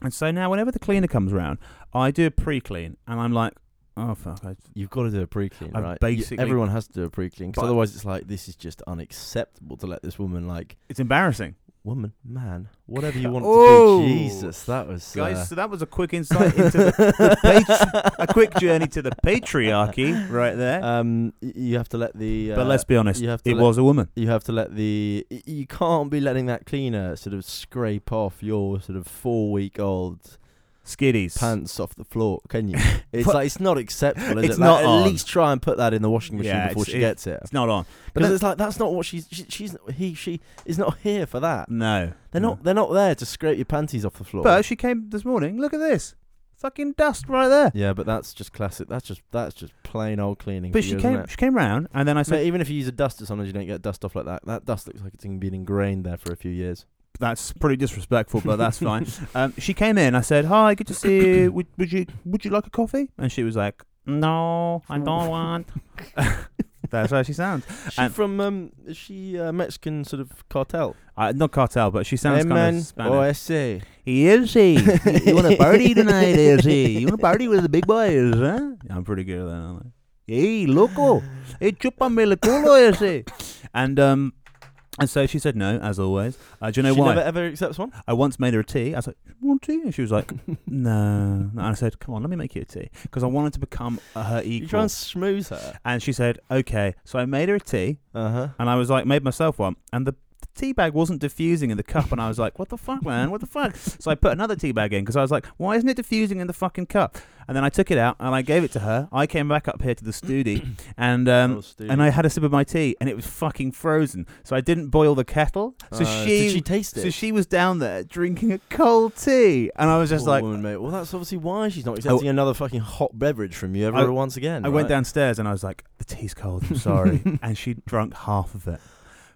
[SPEAKER 2] And so now, whenever the cleaner comes round, I do a pre-clean, and I'm like, oh fuck, I,
[SPEAKER 1] You've got to do a pre-clean,
[SPEAKER 2] I've
[SPEAKER 1] right? You-
[SPEAKER 2] basically-
[SPEAKER 1] everyone has to do a pre-clean because
[SPEAKER 2] But-
[SPEAKER 1] otherwise it's like this is just unacceptable to let this woman like
[SPEAKER 2] it's embarrassing,
[SPEAKER 1] woman, man, whatever you want
[SPEAKER 2] Oh!
[SPEAKER 1] to do. Jesus, that was
[SPEAKER 2] guys.
[SPEAKER 1] uh,
[SPEAKER 2] So that was a quick insight into the, the patri- a quick journey to the patriarchy, right there.
[SPEAKER 1] Um, y- you have to let the. Uh,
[SPEAKER 2] but let's be honest,
[SPEAKER 1] you have to
[SPEAKER 2] it
[SPEAKER 1] let-
[SPEAKER 2] was a woman.
[SPEAKER 1] You have to let the. y- You can't be letting that cleaner sort of scrape off your sort of four-week-old
[SPEAKER 2] Skiddies.
[SPEAKER 1] pants off the floor, can you? It's
[SPEAKER 2] But-
[SPEAKER 1] like it's not acceptable. Is
[SPEAKER 2] It's
[SPEAKER 1] it? Like,
[SPEAKER 2] not on.
[SPEAKER 1] At least try and put that in the washing machine
[SPEAKER 2] Yeah,
[SPEAKER 1] before
[SPEAKER 2] it's-
[SPEAKER 1] she
[SPEAKER 2] it-
[SPEAKER 1] gets it.
[SPEAKER 2] It's not on. but
[SPEAKER 1] Because
[SPEAKER 2] that-
[SPEAKER 1] it's like that's not what she's. She, she's he. She is not here for that.
[SPEAKER 2] No,
[SPEAKER 1] They're
[SPEAKER 2] no.
[SPEAKER 1] not. They're not there to scrape your panties off the floor.
[SPEAKER 2] But uh, she came this morning. Look at this, fucking dust right there.
[SPEAKER 1] yeah, but that's just classic. That's just that's just plain old cleaning.
[SPEAKER 2] But
[SPEAKER 1] for
[SPEAKER 2] she
[SPEAKER 1] you,
[SPEAKER 2] came.
[SPEAKER 1] Isn't it?
[SPEAKER 2] She came round, and then I said,
[SPEAKER 1] Mate, even if you use a duster, sometimes you don't get dust off like that. That dust looks like it's been ingrained there for a few years.
[SPEAKER 2] "That's pretty disrespectful, but that's fine." Um, she came in. I said, "Hi, good to see you. Would, would you Would you like a coffee?" And she was like, "No, I don't want." that's how she sounds.
[SPEAKER 1] She
[SPEAKER 2] And-
[SPEAKER 1] from um, is she uh, Mexican sort of cartel.
[SPEAKER 2] Uh, not cartel, but she sounds kind of Spanish.
[SPEAKER 1] OSA.
[SPEAKER 2] Is he? You, want to party tonight? Is he? You want to party with the big boys? Huh? I'm pretty good at that. Aren't I? Hey, loco. Hey, chúpame el culo ese. And um, And so she said no, as always. Uh, do you know
[SPEAKER 1] she
[SPEAKER 2] why?
[SPEAKER 1] never ever accepts one.
[SPEAKER 2] I once made her a tea. I was like, "You "Want tea?" And she was like, "No." And I said, "Come on, let me make you a tea," because I wanted to become uh, her
[SPEAKER 1] You try
[SPEAKER 2] equal.
[SPEAKER 1] and schmooze her.
[SPEAKER 2] and she said, "Okay." So I made her a tea,
[SPEAKER 1] Uh huh.
[SPEAKER 2] and I was like, made myself one, and the the tea bag wasn't diffusing in the cup, and I was like, "What the fuck, man? What the fuck?" So I put another tea bag in because I was like, "Why isn't it diffusing in the fucking cup?" And then I took it out and I gave it to her. I came back up here to the studio, and um, and I had a sip of my tea, and it was fucking frozen. So I didn't boil the kettle. So she,
[SPEAKER 1] Uh, did she taste it?
[SPEAKER 2] so she was down there drinking a cold tea, and I was
[SPEAKER 1] Poor
[SPEAKER 2] just like,
[SPEAKER 1] woman, mate. Well, that's obviously why she's not accepting another fucking hot beverage from you ever
[SPEAKER 2] I-
[SPEAKER 1] once again.
[SPEAKER 2] I went
[SPEAKER 1] right?
[SPEAKER 2] downstairs and I was like, the tea's cold. I'm sorry, and she drunk half of it.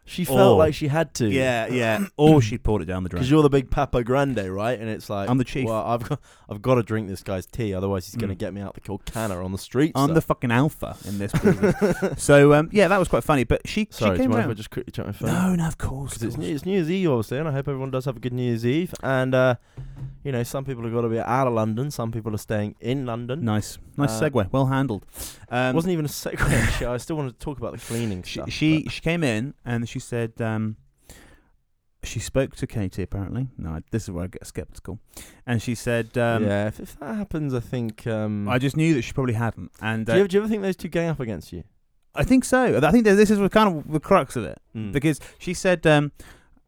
[SPEAKER 1] She felt
[SPEAKER 2] Oh.
[SPEAKER 1] like she had to.
[SPEAKER 2] Yeah, yeah. Or she poured it down the drain.
[SPEAKER 1] Because you're the big Papa Grande, right? And it's like
[SPEAKER 2] I'm the chief.
[SPEAKER 1] Well, I've got, I've got to drink this guy's tea, otherwise he's going to
[SPEAKER 2] Mm.
[SPEAKER 1] get me out the cold canner on the streets.
[SPEAKER 2] I'm the fucking alpha in this. business. so um, yeah, that was quite funny. But she
[SPEAKER 1] Sorry, do you
[SPEAKER 2] she came
[SPEAKER 1] mind if I
[SPEAKER 2] round.
[SPEAKER 1] just quickly check my phone?
[SPEAKER 2] No, no, of course.
[SPEAKER 1] because it's,
[SPEAKER 2] of
[SPEAKER 1] New-
[SPEAKER 2] course.
[SPEAKER 1] it's New Year's Eve, obviously, and I hope everyone does have a good New Year's Eve. And uh, you know, some people have got to be out of London, some people are staying in London.
[SPEAKER 2] Nice,
[SPEAKER 1] Uh,
[SPEAKER 2] nice segue. Well handled. Um,
[SPEAKER 1] Wasn't even a segue. actually. I still wanted to talk about the cleaning
[SPEAKER 2] she
[SPEAKER 1] stuff.
[SPEAKER 2] she, she came in and she said um, she spoke to Katie apparently. No, I- this is where I get skeptical. And she said,
[SPEAKER 1] but-
[SPEAKER 2] um,
[SPEAKER 1] yeah, if, if that happens, I think. Um,
[SPEAKER 2] I just knew that she probably hadn't. And
[SPEAKER 1] do,
[SPEAKER 2] uh,
[SPEAKER 1] you, ever- do you ever think those two gang up against you?
[SPEAKER 2] I think so. I think that this is what kind of the crux of it
[SPEAKER 1] Mm.
[SPEAKER 2] because she said. Um,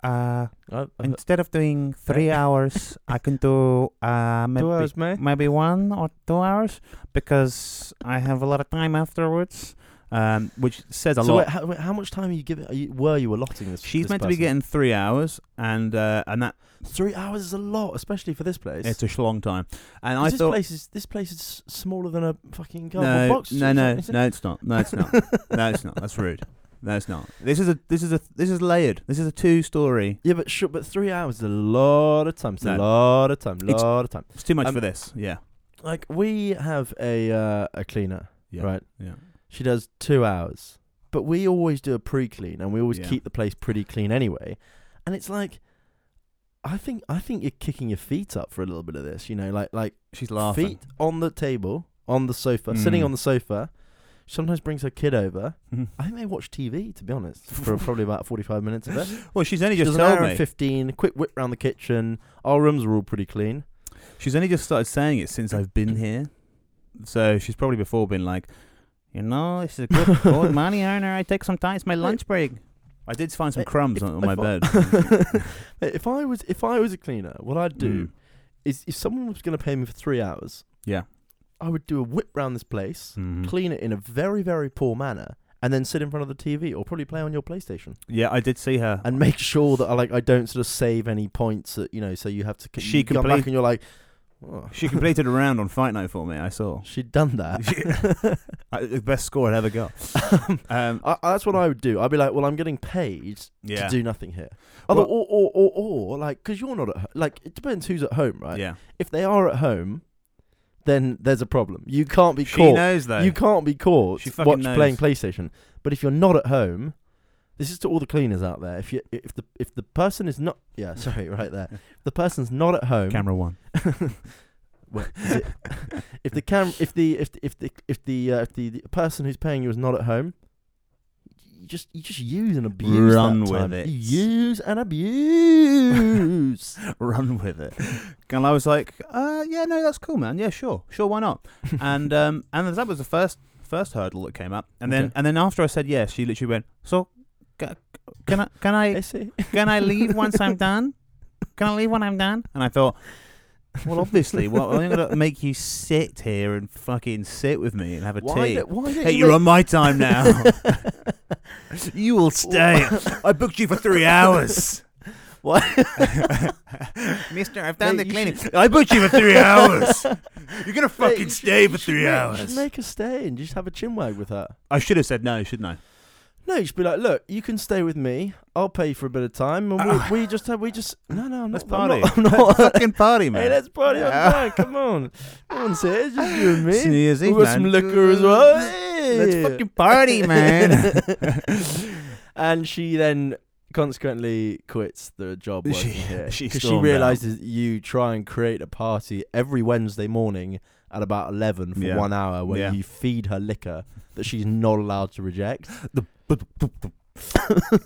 [SPEAKER 2] uh,
[SPEAKER 1] I, I,
[SPEAKER 2] instead of doing three hours, I can do uh, maybe
[SPEAKER 1] two hours, mate.
[SPEAKER 2] maybe one or two hours because I have a lot of time afterwards, um, which says a
[SPEAKER 1] So
[SPEAKER 2] lot.
[SPEAKER 1] wait, how, wait, how much time are you giving? Are you, were you allotting this?
[SPEAKER 2] She's
[SPEAKER 1] this
[SPEAKER 2] meant to be
[SPEAKER 1] person?
[SPEAKER 2] getting three hours, and uh, and that
[SPEAKER 1] three hours is a lot, especially for this place.
[SPEAKER 2] it's a sh- long time. And
[SPEAKER 1] 'Cause
[SPEAKER 2] I
[SPEAKER 1] this
[SPEAKER 2] thought,
[SPEAKER 1] place is this place is s- smaller than a fucking cardboard
[SPEAKER 2] no,
[SPEAKER 1] box.
[SPEAKER 2] no,
[SPEAKER 1] is
[SPEAKER 2] no,
[SPEAKER 1] it- is it?
[SPEAKER 2] no, it's not. No, it's not. no, it's not. That's rude. No, it's not. This is a this is a this is layered. This is a two story.
[SPEAKER 1] Yeah, but sure, but three hours is a lot of time. It's a
[SPEAKER 2] No.
[SPEAKER 1] lot of time.
[SPEAKER 2] It's-
[SPEAKER 1] lot of time.
[SPEAKER 2] It's too much
[SPEAKER 1] Um,
[SPEAKER 2] for this. Yeah,
[SPEAKER 1] Like we have a uh, a cleaner,
[SPEAKER 2] yeah,
[SPEAKER 1] right?
[SPEAKER 2] Yeah,
[SPEAKER 1] She does two hours, but we always do a pre-clean, and we always
[SPEAKER 2] Yeah.
[SPEAKER 1] keep the place pretty clean anyway. And it's like, I think I think you're kicking your feet up for a little bit of this. You know, like like
[SPEAKER 2] she's laughing.
[SPEAKER 1] feet on the table, on the sofa, sitting on
[SPEAKER 2] Mm.
[SPEAKER 1] the sofa. She Sometimes brings her kid over.
[SPEAKER 2] Mhm.
[SPEAKER 1] I think they watch TV, to be honest, for probably about 45 minutes of it.
[SPEAKER 2] Well, she's only
[SPEAKER 1] She does
[SPEAKER 2] just
[SPEAKER 1] an hour and
[SPEAKER 2] told me.
[SPEAKER 1] 15, quick whip round the kitchen. Our rooms are all pretty clean.
[SPEAKER 2] She's only just started saying it since I've been here. So she's probably before been like, you know, this is a good, good money earner. I take some time. It's my lunch break. I did find some
[SPEAKER 1] Mate,
[SPEAKER 2] crumbs
[SPEAKER 1] If-
[SPEAKER 2] on, on my
[SPEAKER 1] if
[SPEAKER 2] bed.
[SPEAKER 1] I- Mate, if I was if I was a cleaner, what I'd do
[SPEAKER 2] Mm.
[SPEAKER 1] is if someone was going to pay me for three hours,
[SPEAKER 2] Yeah.
[SPEAKER 1] I would do a whip round this place,
[SPEAKER 2] Mhm.
[SPEAKER 1] clean it in a very very poor manner, and then sit in front of the TV or probably play on your PlayStation.
[SPEAKER 2] Yeah, I did see her.
[SPEAKER 1] and make sure that I like I don't sort of save any points that you know. So you have to c-
[SPEAKER 2] She
[SPEAKER 1] you come back
[SPEAKER 2] complete-
[SPEAKER 1] and you're like, oh,
[SPEAKER 2] she completed a round on Fight Night for me. I saw
[SPEAKER 1] she'd done that.
[SPEAKER 2] I, the best score I'd ever got. Um,
[SPEAKER 1] I, I- that's what I would do. I'd be like, well, I'm getting paid
[SPEAKER 2] yeah,
[SPEAKER 1] to do nothing here. Although,
[SPEAKER 2] Well-
[SPEAKER 1] or, or or or like because you're not at ho- like it depends who's at home, right?
[SPEAKER 2] yeah.
[SPEAKER 1] If they are at home, then there's a problem. You can't be
[SPEAKER 2] She
[SPEAKER 1] caught.
[SPEAKER 2] knows though.
[SPEAKER 1] You can't be caught
[SPEAKER 2] She fucking
[SPEAKER 1] watch
[SPEAKER 2] knows.
[SPEAKER 1] playing PlayStation. But if you're not at home, this is to all the cleaners out there. If you if the if the person is not yeah sorry right there if the person's not at home.
[SPEAKER 2] Camera one.
[SPEAKER 1] Well, is it- if the cam, if the if the, if the if the, uh, if the the person who's paying you is not at home, you just you just use and abuse.
[SPEAKER 2] Run
[SPEAKER 1] that
[SPEAKER 2] with
[SPEAKER 1] time.
[SPEAKER 2] it.
[SPEAKER 1] You use and abuse.
[SPEAKER 2] Run with it. And I was like, uh, yeah, no, that's cool, man. Yeah, sure, sure, why not? and um, and that was the first first hurdle that came up. And then
[SPEAKER 1] Okay.
[SPEAKER 2] and then after I said yes, she literally went, so ca- can I can
[SPEAKER 1] I
[SPEAKER 2] I
[SPEAKER 1] see.
[SPEAKER 2] can I leave once I'm done? Can I leave when I'm done? And I thought, well, obviously, well, I'm gonna make you sit here and fucking sit with me and have a
[SPEAKER 1] Why?
[SPEAKER 2] tea.
[SPEAKER 1] don't- why don't
[SPEAKER 2] Hey,
[SPEAKER 1] you
[SPEAKER 2] you're
[SPEAKER 1] make-
[SPEAKER 2] on my time now. you will stay. I booked you for three hours.
[SPEAKER 1] What?
[SPEAKER 2] Mister, I've
[SPEAKER 1] done Mate, the you cleaning.
[SPEAKER 2] I booked you for three hours. You're gonna
[SPEAKER 1] Mate, you
[SPEAKER 2] fucking
[SPEAKER 1] should-
[SPEAKER 2] stay
[SPEAKER 1] you
[SPEAKER 2] for
[SPEAKER 1] should
[SPEAKER 2] three
[SPEAKER 1] make- You
[SPEAKER 2] hours.
[SPEAKER 1] should make her stay and just have a chin wag with her.
[SPEAKER 2] I should have said no, shouldn't I?
[SPEAKER 1] No, you should be like, look, you can stay with me. I'll pay for a bit of time, and
[SPEAKER 2] Oh.
[SPEAKER 1] we, we just have, we just no, no, I'm
[SPEAKER 2] Let's
[SPEAKER 1] not, I'm
[SPEAKER 2] party.
[SPEAKER 1] not- I'm not-
[SPEAKER 2] fucking party, man.
[SPEAKER 1] Hey, let's party on
[SPEAKER 2] Yeah.
[SPEAKER 1] that. Come on. No one's here. It's just you and me.
[SPEAKER 2] It's New Year's
[SPEAKER 1] we
[SPEAKER 2] Eve,
[SPEAKER 1] got
[SPEAKER 2] man.
[SPEAKER 1] some liquor as well. Hey.
[SPEAKER 2] Let's fucking party, man.
[SPEAKER 1] and she then consequently quits the job
[SPEAKER 2] She-
[SPEAKER 1] working here
[SPEAKER 2] she
[SPEAKER 1] because she
[SPEAKER 2] stormed out.
[SPEAKER 1] realizes you try and create a party every Wednesday morning at about 11 for
[SPEAKER 2] Yeah.
[SPEAKER 1] one hour where
[SPEAKER 2] Yeah.
[SPEAKER 1] you feed her liquor that she's not allowed to reject.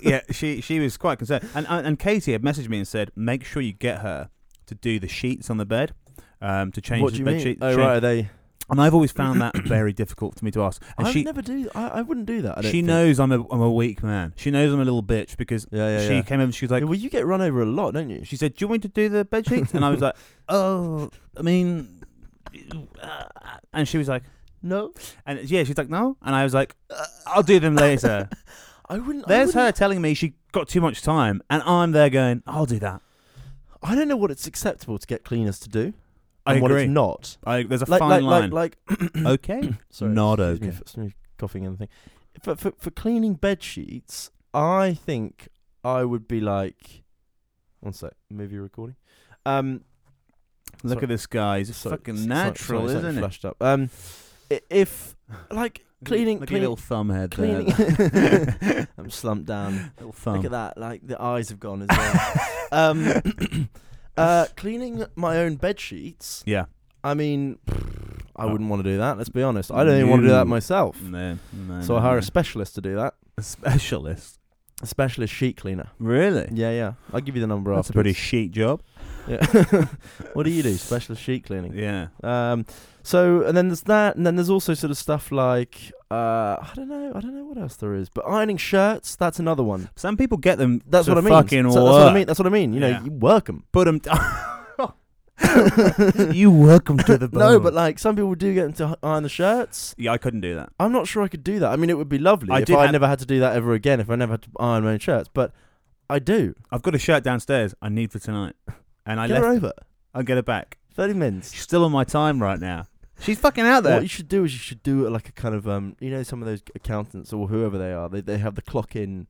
[SPEAKER 2] yeah, she she was quite concerned, and and and Katie had messaged me and said, make sure you get her to do the sheets on the bed, um, to change
[SPEAKER 1] what
[SPEAKER 2] the
[SPEAKER 1] do you
[SPEAKER 2] bed
[SPEAKER 1] mean?
[SPEAKER 2] sheet.
[SPEAKER 1] oh
[SPEAKER 2] change-
[SPEAKER 1] right, are they.
[SPEAKER 2] And I've always found that very difficult for me to ask. And
[SPEAKER 1] I
[SPEAKER 2] she
[SPEAKER 1] would never do. I, I wouldn't do that. I don't
[SPEAKER 2] she
[SPEAKER 1] think.
[SPEAKER 2] knows I'm a I'm a weak man. She knows I'm a little bitch because
[SPEAKER 1] Yeah, yeah,
[SPEAKER 2] she
[SPEAKER 1] yeah.
[SPEAKER 2] came over. and She was
[SPEAKER 1] Yeah,
[SPEAKER 2] like,
[SPEAKER 1] well, you get run over a lot, don't you?
[SPEAKER 2] she said, "Do you want me to do the bed sheets?" And I was like, "Oh, I mean," uh," and she was like,
[SPEAKER 1] No,
[SPEAKER 2] "And yeah," she's like, "No," and I was like, "Uh, "I'll do them later."
[SPEAKER 1] I wouldn't.
[SPEAKER 2] There's
[SPEAKER 1] I
[SPEAKER 2] her
[SPEAKER 1] wouldn't,
[SPEAKER 2] telling me she got too much time, and I'm there going, "I'll do that."
[SPEAKER 1] I don't know what it's acceptable to get cleaners to do
[SPEAKER 2] I
[SPEAKER 1] and what
[SPEAKER 2] agree.
[SPEAKER 1] it's not.
[SPEAKER 2] I, there's a
[SPEAKER 1] Like,
[SPEAKER 2] fine
[SPEAKER 1] like, like,
[SPEAKER 2] line.
[SPEAKER 1] like,
[SPEAKER 2] okay,
[SPEAKER 1] Sorry,
[SPEAKER 2] Not
[SPEAKER 1] excuse me
[SPEAKER 2] okay.
[SPEAKER 1] for- excuse me for coughing and thing. For, for for cleaning bed sheets, I think I would be like, one sec, movie recording. Um,
[SPEAKER 2] look
[SPEAKER 1] Sorry.
[SPEAKER 2] at this guy. He's
[SPEAKER 1] sorry,
[SPEAKER 2] fucking
[SPEAKER 1] sorry,
[SPEAKER 2] natural,
[SPEAKER 1] sorry, sorry,
[SPEAKER 2] isn't it?
[SPEAKER 1] Flashed up. Um, i- if like cleaning,
[SPEAKER 2] Look at
[SPEAKER 1] cleaning,
[SPEAKER 2] your little thumb head
[SPEAKER 1] cleaning.
[SPEAKER 2] there.
[SPEAKER 1] I'm slumped down.
[SPEAKER 2] little thumb.
[SPEAKER 1] Look at that, like the eyes have gone as well. um, uh, cleaning my own bed sheets.
[SPEAKER 2] Yeah.
[SPEAKER 1] I mean, pfft, I
[SPEAKER 2] Oh.
[SPEAKER 1] wouldn't want to do that. Let's be honest. I don't even want to do that
[SPEAKER 2] No.
[SPEAKER 1] myself.
[SPEAKER 2] No, no,
[SPEAKER 1] So
[SPEAKER 2] no,
[SPEAKER 1] I hire
[SPEAKER 2] no.
[SPEAKER 1] a specialist to do that.
[SPEAKER 2] a specialist.
[SPEAKER 1] A specialist sheet cleaner.
[SPEAKER 2] Really?
[SPEAKER 1] Yeah, yeah. I'll give you the number
[SPEAKER 2] That's a pretty
[SPEAKER 1] afterwards.
[SPEAKER 2] chic job.
[SPEAKER 1] yeah. what do you do? Specialist sheet cleaning.
[SPEAKER 2] Yeah.
[SPEAKER 1] Um, so and then there's that, and then there's also sort of stuff like uh, I don't know, I don't know what else there is, but ironing shirts. That's another one.
[SPEAKER 2] Some people get them.
[SPEAKER 1] That's
[SPEAKER 2] to
[SPEAKER 1] what I mean.
[SPEAKER 2] Fucking
[SPEAKER 1] So
[SPEAKER 2] work.
[SPEAKER 1] that's what I mean. That's what I mean. You know,
[SPEAKER 2] Yeah.
[SPEAKER 1] you work 'em.
[SPEAKER 2] Put them. you welcome to the
[SPEAKER 1] No,
[SPEAKER 2] bone.
[SPEAKER 1] but like some people do get into iron the shirts.
[SPEAKER 2] yeah, I couldn't do that.
[SPEAKER 1] I'm not sure I could do that. I mean, it would be lovely
[SPEAKER 2] I
[SPEAKER 1] if
[SPEAKER 2] did
[SPEAKER 1] I
[SPEAKER 2] have-
[SPEAKER 1] never had to do that ever again. If I never had to iron my own shirts, but I do.
[SPEAKER 2] I've got a shirt downstairs. I need for tonight, and I
[SPEAKER 1] Get
[SPEAKER 2] left.
[SPEAKER 1] her over.
[SPEAKER 2] I'll get it back.
[SPEAKER 1] Thirty minutes.
[SPEAKER 2] She's still on my time right now. She's fucking out there.
[SPEAKER 1] What you should do is you should do it like a kind of um, you know, some of those accountants or whoever they are. They they have the clock in.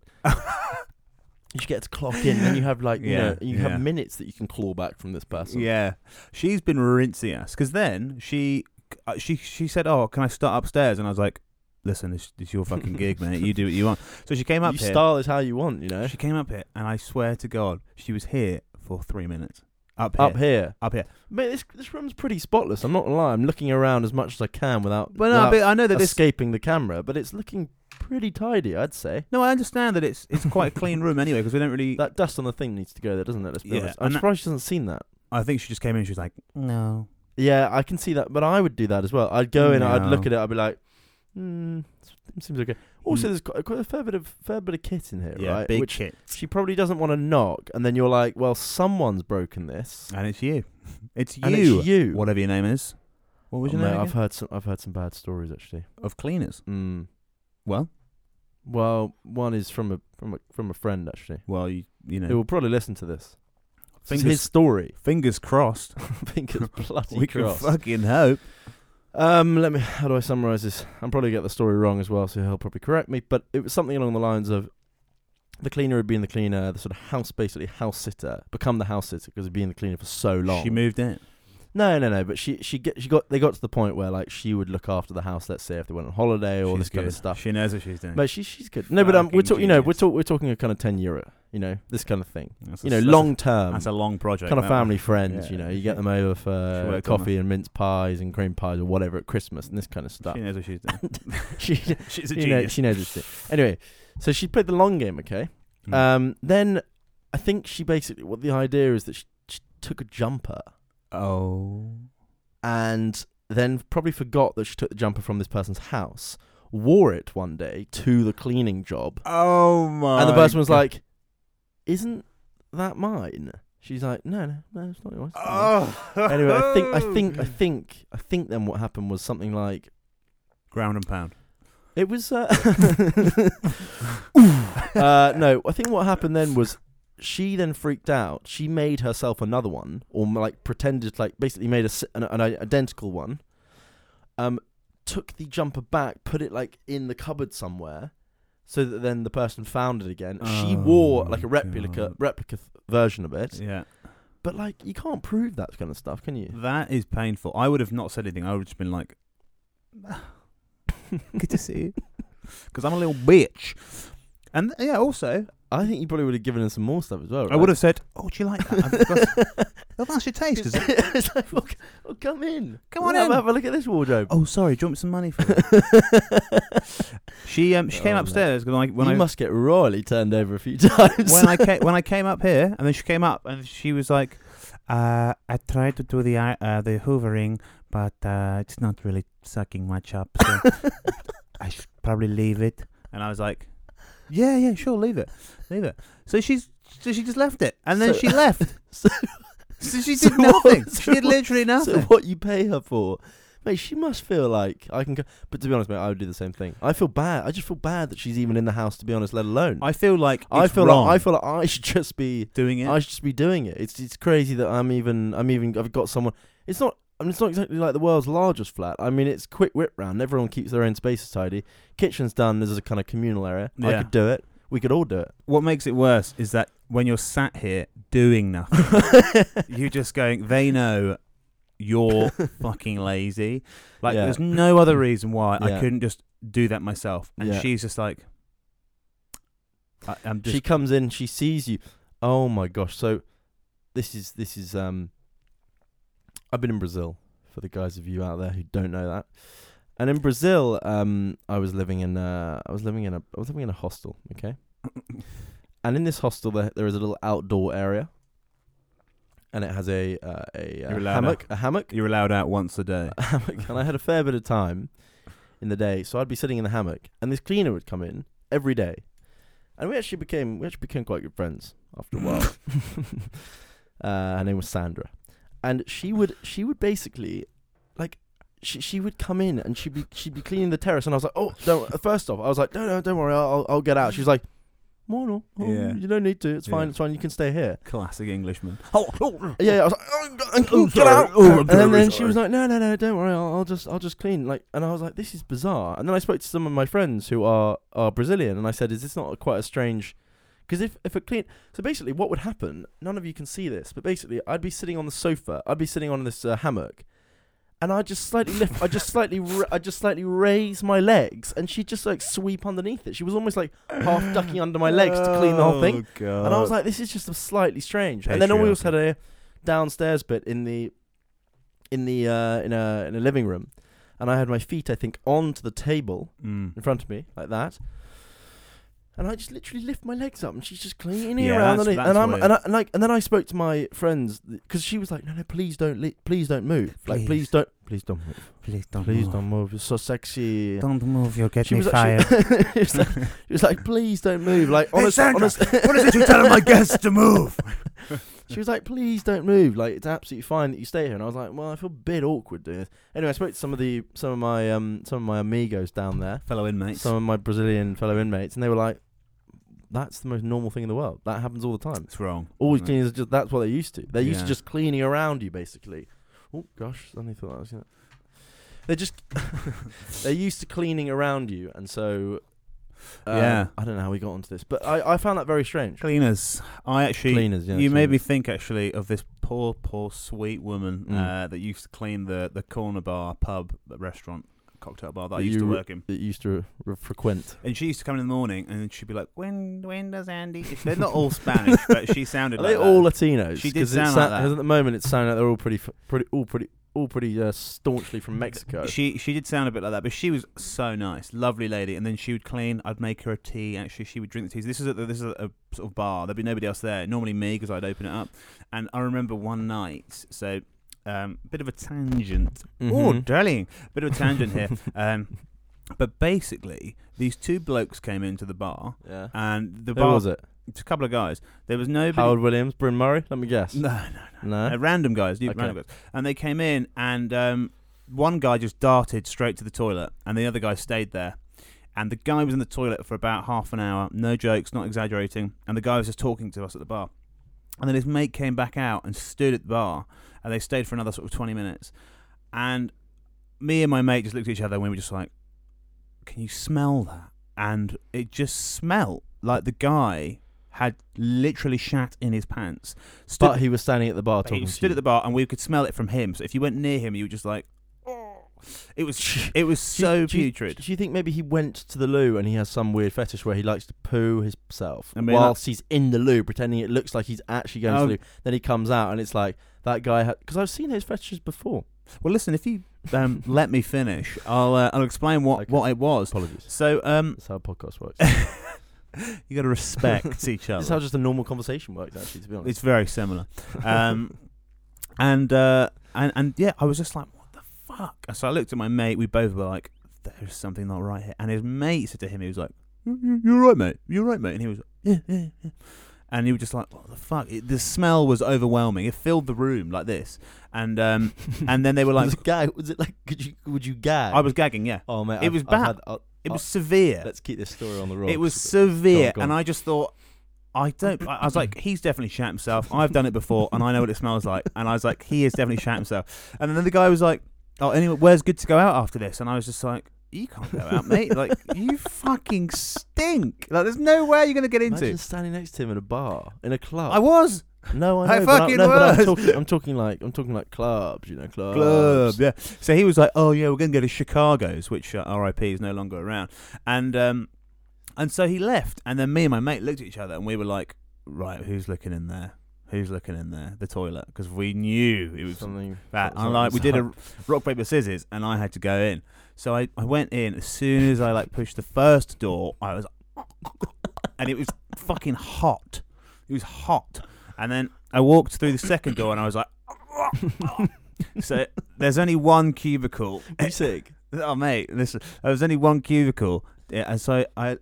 [SPEAKER 1] You should get to clock in, and you have like you
[SPEAKER 2] Yeah,
[SPEAKER 1] know, you
[SPEAKER 2] yeah.
[SPEAKER 1] have minutes that you can claw back from this person.
[SPEAKER 2] Yeah, she's been rinsing us because then she uh, she she said, "Oh, can I start upstairs?" And I was like, "Listen, this, this is your fucking gig, mate. You do what you want." So she came up
[SPEAKER 1] you
[SPEAKER 2] here.
[SPEAKER 1] style it how you want, you know.
[SPEAKER 2] She came up here, and I swear to God, she was here for three minutes. Up here,
[SPEAKER 1] Up here,
[SPEAKER 2] up here.
[SPEAKER 1] mate. This this room's pretty spotless. I'm not gonna lie. I'm looking around as much as I can without.
[SPEAKER 2] But no,
[SPEAKER 1] without
[SPEAKER 2] but I know that this.
[SPEAKER 1] escaping the camera, but it's looking pretty tidy, I'd say.
[SPEAKER 2] No, I understand that it's it's quite a clean room anyway because we don't really.
[SPEAKER 1] That dust on the thing needs to go there, doesn't it? Let's be
[SPEAKER 2] Yeah,
[SPEAKER 1] honest. I'm
[SPEAKER 2] and that-
[SPEAKER 1] surprised she hasn't seen that.
[SPEAKER 2] I think she just came in. and She was like, "No,
[SPEAKER 1] Yeah, I can see that, but I would do that as well. I'd go in, I'd look
[SPEAKER 2] No.
[SPEAKER 1] at it, I'd be like, hmm, it seems okay. Also,
[SPEAKER 2] Mm.
[SPEAKER 1] there's quite, quite a fair bit of fair bit of kit in here,
[SPEAKER 2] yeah,
[SPEAKER 1] right?
[SPEAKER 2] big
[SPEAKER 1] Which
[SPEAKER 2] shit."
[SPEAKER 1] she probably doesn't want to knock, and then you're like, well, someone's broken this,
[SPEAKER 2] And it's you. It's Uh, you.
[SPEAKER 1] and it's you.
[SPEAKER 2] Whatever your name is. What was
[SPEAKER 1] Oh,
[SPEAKER 2] your
[SPEAKER 1] mate,
[SPEAKER 2] name
[SPEAKER 1] I've
[SPEAKER 2] again?
[SPEAKER 1] heard some. I've heard some bad stories actually.
[SPEAKER 2] of cleaners?
[SPEAKER 1] Mm.
[SPEAKER 2] Well,
[SPEAKER 1] Well, one is from a from a from a friend actually,
[SPEAKER 2] well, you you know.
[SPEAKER 1] who will probably listen to this. This is
[SPEAKER 2] Fingers-
[SPEAKER 1] his story.
[SPEAKER 2] Fingers crossed.
[SPEAKER 1] fingers bloody
[SPEAKER 2] we
[SPEAKER 1] crossed.
[SPEAKER 2] can fucking hope.
[SPEAKER 1] um, let me. How do I summarize this? I'm probably get the story wrong as well, so he'll probably correct me. But it was something along the lines of the cleaner had been the cleaner, the sort of house basically house sitter, become the house sitter because he'd been the cleaner for so long.
[SPEAKER 2] She moved in.
[SPEAKER 1] no, no, no. But she she get, she got they got to the point where like she would look after the house. Let's say if they went on holiday or
[SPEAKER 2] She's
[SPEAKER 1] this kind of
[SPEAKER 2] good.
[SPEAKER 1] stuff.
[SPEAKER 2] She knows what she's doing.
[SPEAKER 1] but she she's good. No, but um, we're
[SPEAKER 2] Fucking
[SPEAKER 1] talking. You know, we're
[SPEAKER 2] genius.
[SPEAKER 1] talk, we're talking a kind of ten euro. You know, this kind of thing.
[SPEAKER 2] That's a-
[SPEAKER 1] You know,
[SPEAKER 2] that's a-
[SPEAKER 1] long term
[SPEAKER 2] That's a long um, project.
[SPEAKER 1] kind of
[SPEAKER 2] that one.
[SPEAKER 1] family friends,
[SPEAKER 2] Yeah.
[SPEAKER 1] you know. You get them over
[SPEAKER 2] She
[SPEAKER 1] for
[SPEAKER 2] worked on
[SPEAKER 1] coffee and mince pies and cream pies or whatever at Christmas and this kind of stuff.
[SPEAKER 2] She knows what she's doing.
[SPEAKER 1] She,
[SPEAKER 2] she's a
[SPEAKER 1] you know,
[SPEAKER 2] genius.
[SPEAKER 1] she knows this. Anyway, so she played the long game, okay?
[SPEAKER 2] Mm.
[SPEAKER 1] Um, then I think she basically what the idea is that she, she took a jumper
[SPEAKER 2] oh.
[SPEAKER 1] and then probably forgot that she took the jumper from this person's house, wore it one day to the cleaning job,
[SPEAKER 2] Oh my.
[SPEAKER 1] and the person was
[SPEAKER 2] God.
[SPEAKER 1] like, "Isn't that mine?" She's like, "No, no, no, it's not yours." It's not yours."
[SPEAKER 2] Oh.
[SPEAKER 1] anyway, I think I think I think I think then what happened was something like
[SPEAKER 2] Ground and pound.
[SPEAKER 1] it was uh, uh no, I think what happened then was she then freaked out. She made herself another one or m- like pretended like basically made a s an, an identical one. Um took the jumper back, put it like in the cupboard somewhere so that then the person found it again. she
[SPEAKER 2] Oh,
[SPEAKER 1] wore like a replica
[SPEAKER 2] God.
[SPEAKER 1] replica th- version of it.
[SPEAKER 2] Yeah.
[SPEAKER 1] But like you can't prove that kind of stuff, can you?
[SPEAKER 2] That is painful. I would have not said anything. I would have just been like, good to see you. Because I'm a little bitch. And yeah, also,
[SPEAKER 1] I think you probably would have given her some more stuff as well.
[SPEAKER 2] I would have said, oh, do you like that? I've got- They'll that's your taste. 'cause-
[SPEAKER 1] it's like, well, c- well, come in.
[SPEAKER 2] Come on
[SPEAKER 1] Have-
[SPEAKER 2] in.
[SPEAKER 1] Have a look at this wardrobe.
[SPEAKER 2] oh, sorry, do you want some money for it? she um, she
[SPEAKER 1] Oh,
[SPEAKER 2] came
[SPEAKER 1] mate.
[SPEAKER 2] upstairs 'cause when I when
[SPEAKER 1] you
[SPEAKER 2] I
[SPEAKER 1] must get royally turned over a few times.
[SPEAKER 2] when I came when I came up here, and then she came up and she was like, uh, "I tried to do the i- uh, the hoovering, but uh, it's not really sucking much up, so I should probably leave it." And I was like, "Yeah, yeah, sure, leave it, leave it." So she's so she just left it, and then
[SPEAKER 1] So-
[SPEAKER 2] she left.
[SPEAKER 1] so-
[SPEAKER 2] So she
[SPEAKER 1] so
[SPEAKER 2] did nothing.
[SPEAKER 1] what-
[SPEAKER 2] she did
[SPEAKER 1] so
[SPEAKER 2] literally
[SPEAKER 1] so
[SPEAKER 2] nothing.
[SPEAKER 1] what you pay her for. Mate, she must feel like I can go. But to be honest, mate, I would do the same thing. I feel bad. I just feel bad that she's even in the house. To be honest, let alone.
[SPEAKER 2] I feel like
[SPEAKER 1] I
[SPEAKER 2] it's
[SPEAKER 1] feel
[SPEAKER 2] wrong
[SPEAKER 1] like I feel like I should just be.
[SPEAKER 2] doing it.
[SPEAKER 1] I should just be doing it. It's it's crazy that I'm even. I'm even. I've got someone. It's not. I mean, it's not exactly like the world's largest flat. I mean, it's quick whip round. Everyone keeps their own spaces tidy. Kitchen's done. There's a kind of communal area. I
[SPEAKER 2] Yeah.
[SPEAKER 1] could do it. We could all do it.
[SPEAKER 2] what makes it worse is that when you're sat here doing nothing. you just going they know you're fucking lazy like
[SPEAKER 1] Yeah.
[SPEAKER 2] there's no other reason why i
[SPEAKER 1] Yeah.
[SPEAKER 2] couldn't just do that myself and
[SPEAKER 1] Yeah.
[SPEAKER 2] she's just like I, i'm just
[SPEAKER 1] she comes in, she sees you. Oh my gosh! So this is this is um. I've been in Brazil for the guys of you out there who don't know that. And in Brazil, um, I was living in uh, I was living in a I was living in a hostel, okay. and in this hostel, there, there is a little outdoor area, and it has a uh, a uh,
[SPEAKER 2] You're allowed
[SPEAKER 1] hammock, a hammock,
[SPEAKER 2] you're allowed out once a day
[SPEAKER 1] a hammock, and I had a fair bit of time in the day, so I'd be sitting in the hammock, and this cleaner would come in every day, and we actually became we actually became quite good friends after a while. uh, her name was Sandra, and she would she would basically like. She, she would come in and she'd be she'd be cleaning the terrace and I was like oh no first off I was like no no don't worry I'll I'll- I'll get out she's like no no oh,
[SPEAKER 2] Yeah.
[SPEAKER 1] you don't need to it's fine
[SPEAKER 2] Yeah.
[SPEAKER 1] it's fine you can stay here
[SPEAKER 2] classic englishman oh, oh,
[SPEAKER 1] yeah, yeah, I was like, oh, g-
[SPEAKER 2] Oh,
[SPEAKER 1] get
[SPEAKER 2] sorry.
[SPEAKER 1] out!
[SPEAKER 2] Oh, I'm
[SPEAKER 1] and then,
[SPEAKER 2] terribly
[SPEAKER 1] then she
[SPEAKER 2] sorry.
[SPEAKER 1] was like, no, no, no, don't worry, I'll, I'll just, I'll just clean. Like, and I was like, this is bizarre. And then I spoke to some of my friends who are are Brazilian, and I said, is this not quite a strange? Because if if a clean, so basically, what would happen? None of you can see this, but basically, I'd be sitting on the sofa, I'd be sitting on this uh, hammock. And I just slightly lift, I just slightly, ra- I just slightly raise my legs, and she would just like sweep underneath it. She was almost like half ducking under my legs to clean the whole thing.
[SPEAKER 2] Oh, God.
[SPEAKER 1] And I was like, this is just slightly strange. And then we also had a downstairs bit in the in the uh, in a in a living room, and I had my feet, I think, onto the table
[SPEAKER 2] Mm.
[SPEAKER 1] in front of me like that. And I just literally lift my legs up, and she's just cleaning
[SPEAKER 2] Yeah,
[SPEAKER 1] around,
[SPEAKER 2] that's-
[SPEAKER 1] underneath.
[SPEAKER 2] that's
[SPEAKER 1] and I'm
[SPEAKER 2] weird.
[SPEAKER 1] and, I, and like and then I spoke to my friends because she was like, "No, no, please don't, li- please don't move, like please
[SPEAKER 2] Please.
[SPEAKER 1] don't, please don't move,
[SPEAKER 2] please don't
[SPEAKER 1] please
[SPEAKER 2] move.
[SPEAKER 1] don't move, you're so sexy."
[SPEAKER 2] don't move you'll get
[SPEAKER 1] She
[SPEAKER 2] me
[SPEAKER 1] was, like,
[SPEAKER 2] fired
[SPEAKER 1] she, she was like, she was like, "Please don't move." Like,
[SPEAKER 2] Hey,
[SPEAKER 1] honest,
[SPEAKER 2] Sandra,
[SPEAKER 1] honest,
[SPEAKER 2] what is it you telling my guests to move
[SPEAKER 1] She was like, "Please don't move. Like it's absolutely fine that you stay here." And I was like, "Well, I feel a bit awkward doing this." Anyway, I spoke to some of the some of my um some of my amigos down there,
[SPEAKER 2] fellow inmates
[SPEAKER 1] some of my Brazilian fellow inmates, and they were like, "That's the most normal thing in the world. That happens all the time.
[SPEAKER 2] it's wrong
[SPEAKER 1] Always
[SPEAKER 2] Yeah.
[SPEAKER 1] cleaning is just that's what they're used to. They're used to
[SPEAKER 2] Yeah.
[SPEAKER 1] just cleaning around you, basically." Oh gosh, suddenly thought I was gonna. They're just they're used to cleaning around you, and so uh,
[SPEAKER 2] Yeah.
[SPEAKER 1] I don't know how we got onto this, but I I found that very strange.
[SPEAKER 2] cleaners i actually
[SPEAKER 1] Cleaners, yeah.
[SPEAKER 2] you made me
[SPEAKER 1] cleaners.
[SPEAKER 2] think actually of this poor, poor, sweet woman
[SPEAKER 1] Mm.
[SPEAKER 2] uh, that used to clean the, the corner bar, pub, restaurant, cocktail bar that I
[SPEAKER 1] That
[SPEAKER 2] used
[SPEAKER 1] you
[SPEAKER 2] to
[SPEAKER 1] re-
[SPEAKER 2] work in.
[SPEAKER 1] that used to re- frequent.
[SPEAKER 2] And she used to come in the morning and she'd be like, "When when does Andy?" They're not all Spanish, but she sounded
[SPEAKER 1] Are
[SPEAKER 2] like
[SPEAKER 1] they all
[SPEAKER 2] that.
[SPEAKER 1] Latinos?
[SPEAKER 2] She did
[SPEAKER 1] 'Cause it
[SPEAKER 2] sound
[SPEAKER 1] sa-
[SPEAKER 2] like that.
[SPEAKER 1] 'cause At the moment, it sounded like they're all pretty, f- pretty, all pretty, all pretty uh, staunchly from Mexico.
[SPEAKER 2] She she did sound a bit like that, but she was so nice, lovely lady. And then she would clean. I'd make her a tea. Actually, she would drink the tea. This is a, this is a, a sort of bar. There'd be nobody else there. Normally me because I'd open it up. And I remember one night, so um, bit of a tangent. Oh,
[SPEAKER 1] Mhm.
[SPEAKER 2] darling, bit of a tangent here. Um, but basically, these two blokes came into the bar,
[SPEAKER 1] yeah.
[SPEAKER 2] and the
[SPEAKER 1] Who
[SPEAKER 2] bar
[SPEAKER 1] was it?
[SPEAKER 2] just a couple of guys. There was nobody.
[SPEAKER 1] Howard Williams, Bryn Murray. Let me guess.
[SPEAKER 2] No, no,
[SPEAKER 1] No.
[SPEAKER 2] uh, random guys, new
[SPEAKER 1] Okay.
[SPEAKER 2] random guys, and they came in, and um, one guy just darted straight to the toilet, and the other guy stayed there. And the guy was in the toilet for about half an hour. No jokes, not exaggerating. And the guy was just talking to us at the bar. And then his mate came back out and stood at the bar, and they stayed for another sort of twenty minutes. And me and my mate just looked at each other, and we were just like, "Can you smell that?" And it just smelt like the guy had literally shat in his pants. Stood
[SPEAKER 1] But he was standing at the bar
[SPEAKER 2] he
[SPEAKER 1] talking.
[SPEAKER 2] stood
[SPEAKER 1] to
[SPEAKER 2] at the bar and we could smell it from him. So if you went near him, you were just like, It was it was so
[SPEAKER 1] do you-
[SPEAKER 2] putrid.
[SPEAKER 1] Do you think maybe he went to the loo and he has some weird fetish where he likes to poo himself
[SPEAKER 2] I mean,
[SPEAKER 1] whilst he's in the loo, pretending it looks like he's actually going to
[SPEAKER 2] Oh.
[SPEAKER 1] the loo? Then he comes out and it's like that guy. Because I've seen his fetishes before.
[SPEAKER 2] Well, listen, if you um, let me finish, I'll uh, I'll explain what,
[SPEAKER 1] Okay.
[SPEAKER 2] what it was.
[SPEAKER 1] Apologies.
[SPEAKER 2] So um,
[SPEAKER 1] That's how podcast works.
[SPEAKER 2] you got to respect each
[SPEAKER 1] That's how
[SPEAKER 2] other.
[SPEAKER 1] just a normal conversation works. Actually, to be honest.
[SPEAKER 2] Um, It's very similar. Um, and uh, and and yeah, I was just like, what the fuck? So I looked at my mate. We both were like, there's something not right here. And his mate said to him, he was like, "You- you- you're right, mate. You're right, mate. And he was, yeah, yeah, yeah. And he was just like, what the fuck? It, the smell was overwhelming. It filled the room like this. And um, and then they were like,
[SPEAKER 1] was it gag? Was it like? Could you? Would you gag?
[SPEAKER 2] I was gagging. Yeah,
[SPEAKER 1] Oh man,
[SPEAKER 2] it was bad. it was severe.
[SPEAKER 1] let's keep this story on the roll.
[SPEAKER 2] It was
[SPEAKER 1] It's a bit-
[SPEAKER 2] severe,
[SPEAKER 1] Go on, go on.
[SPEAKER 2] and I just thought, I don't. I I was like, he's definitely shat himself. I've done it before, and I know what it smells like. And I was like, he is definitely shat himself. And then the guy was like, oh, anyway, where's good to go out after this? And I was just like. You can't go out, mate. Like you fucking stink. Like there's no way you're gonna get into.
[SPEAKER 1] Imagine standing next to him in a bar, in a club.
[SPEAKER 2] I was
[SPEAKER 1] No,
[SPEAKER 2] I
[SPEAKER 1] I know. but
[SPEAKER 2] fucking
[SPEAKER 1] no, but
[SPEAKER 2] was.
[SPEAKER 1] I'm talking, I'm talking like I'm talking like clubs, you know, clubs.
[SPEAKER 2] club, yeah. So he was like, "Oh yeah, we're gonna go to Chicago's," which uh, R.I.P. is no longer around. And um, and so he left. And then me and my mate looked at each other, and we were like, "Right, who's looking in there? Who's looking in there? The toilet?" Because we knew it was
[SPEAKER 1] something
[SPEAKER 2] that.
[SPEAKER 1] something
[SPEAKER 2] And like, we did a
[SPEAKER 1] up.
[SPEAKER 2] rock paper scissors, and I had to go in. So I, I went in. As soon as I like pushed the first door, I was, and it was fucking hot. It was hot. And then I walked through the second door, and I was like, so there's only one cubicle.
[SPEAKER 1] Were you sick?
[SPEAKER 2] Oh mate, listen, there was only one cubicle, yeah, and so I,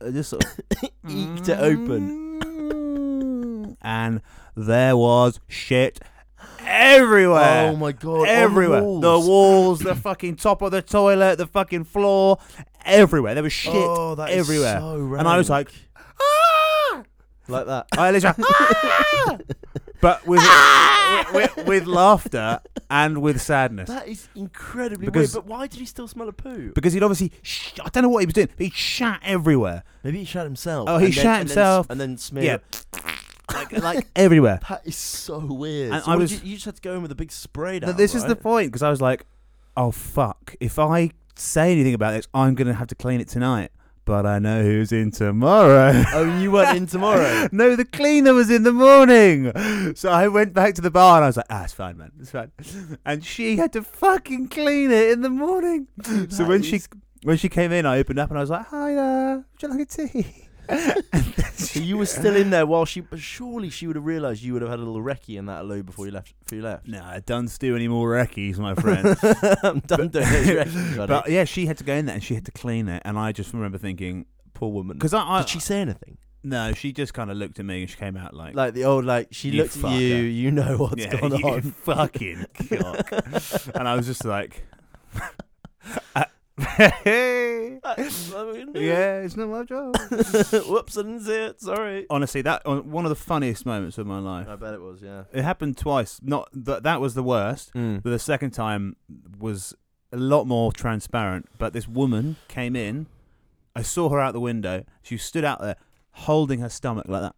[SPEAKER 2] I just sort of
[SPEAKER 1] Eked it open.
[SPEAKER 2] and there was shit everywhere.
[SPEAKER 1] Oh my god! on
[SPEAKER 2] everywhere,
[SPEAKER 1] the walls.
[SPEAKER 2] the walls, the fucking top of the toilet, the fucking floor, everywhere. There was shit
[SPEAKER 1] Oh, that is
[SPEAKER 2] everywhere,
[SPEAKER 1] so
[SPEAKER 2] and I was
[SPEAKER 1] rank.
[SPEAKER 2] like, ah!
[SPEAKER 1] like that.
[SPEAKER 2] I literally, ah! but with,
[SPEAKER 1] Ah!
[SPEAKER 2] with with laughter and with sadness.
[SPEAKER 1] That is incredibly
[SPEAKER 2] Because-
[SPEAKER 1] weird. But why did he still smell a poo?
[SPEAKER 2] because he'd obviously sh- I don't know what he was doing. But he shat everywhere,
[SPEAKER 1] Maybe he shat himself.
[SPEAKER 2] Oh, he
[SPEAKER 1] and then-
[SPEAKER 2] shat
[SPEAKER 1] and then s-
[SPEAKER 2] himself.
[SPEAKER 1] and then smeared.
[SPEAKER 2] Yeah.
[SPEAKER 1] Like, like
[SPEAKER 2] everywhere.
[SPEAKER 1] that is so weird.
[SPEAKER 2] And
[SPEAKER 1] So
[SPEAKER 2] I
[SPEAKER 1] what did
[SPEAKER 2] was-
[SPEAKER 1] you, you just had to go in with a big spray
[SPEAKER 2] Th-
[SPEAKER 1] down.
[SPEAKER 2] this is the
[SPEAKER 1] right?
[SPEAKER 2] point because I was like, oh fuck, if I say anything about this, I'm gonna have to clean it tonight. But I know who's in tomorrow.
[SPEAKER 1] Oh, you weren't in tomorrow.
[SPEAKER 2] no, the cleaner was in the morning. So I went back to the bar and I was like, ah, it's fine, man, it's fine. And she had to fucking clean it in the morning. so
[SPEAKER 1] That
[SPEAKER 2] when she
[SPEAKER 1] is-
[SPEAKER 2] when she came in, I opened up and I was like, hi there, would you like a tea?
[SPEAKER 1] So you were still in there while she. But surely she would have realised you would have had a little recce in that loo before you left. Before you left.
[SPEAKER 2] No, I don't do any more recce's, my friend.
[SPEAKER 1] I'm done doing those recces, buddy.
[SPEAKER 2] But yeah, she had to go in there and she had to clean it, and I just remember thinking
[SPEAKER 1] Poor woman.
[SPEAKER 2] because I, I
[SPEAKER 1] Did she say anything?
[SPEAKER 2] no, she just kind of looked at me and she came out like,
[SPEAKER 1] Like the old, like she
[SPEAKER 2] You
[SPEAKER 1] looks at you. You know what's
[SPEAKER 2] yeah,
[SPEAKER 1] going
[SPEAKER 2] you
[SPEAKER 1] on.
[SPEAKER 2] fucking cock, and I was just like, "Uh, yeah, it's not my job.
[SPEAKER 1] Whoops, I didn't see it. Sorry.
[SPEAKER 2] Honestly, that on- one of the funniest moments of my life.
[SPEAKER 1] I bet it was. Yeah.
[SPEAKER 2] It happened twice. Not that that was the worst, but the second time was a lot more transparent. But this woman came in. I saw her out the window. She stood out there holding her stomach like that.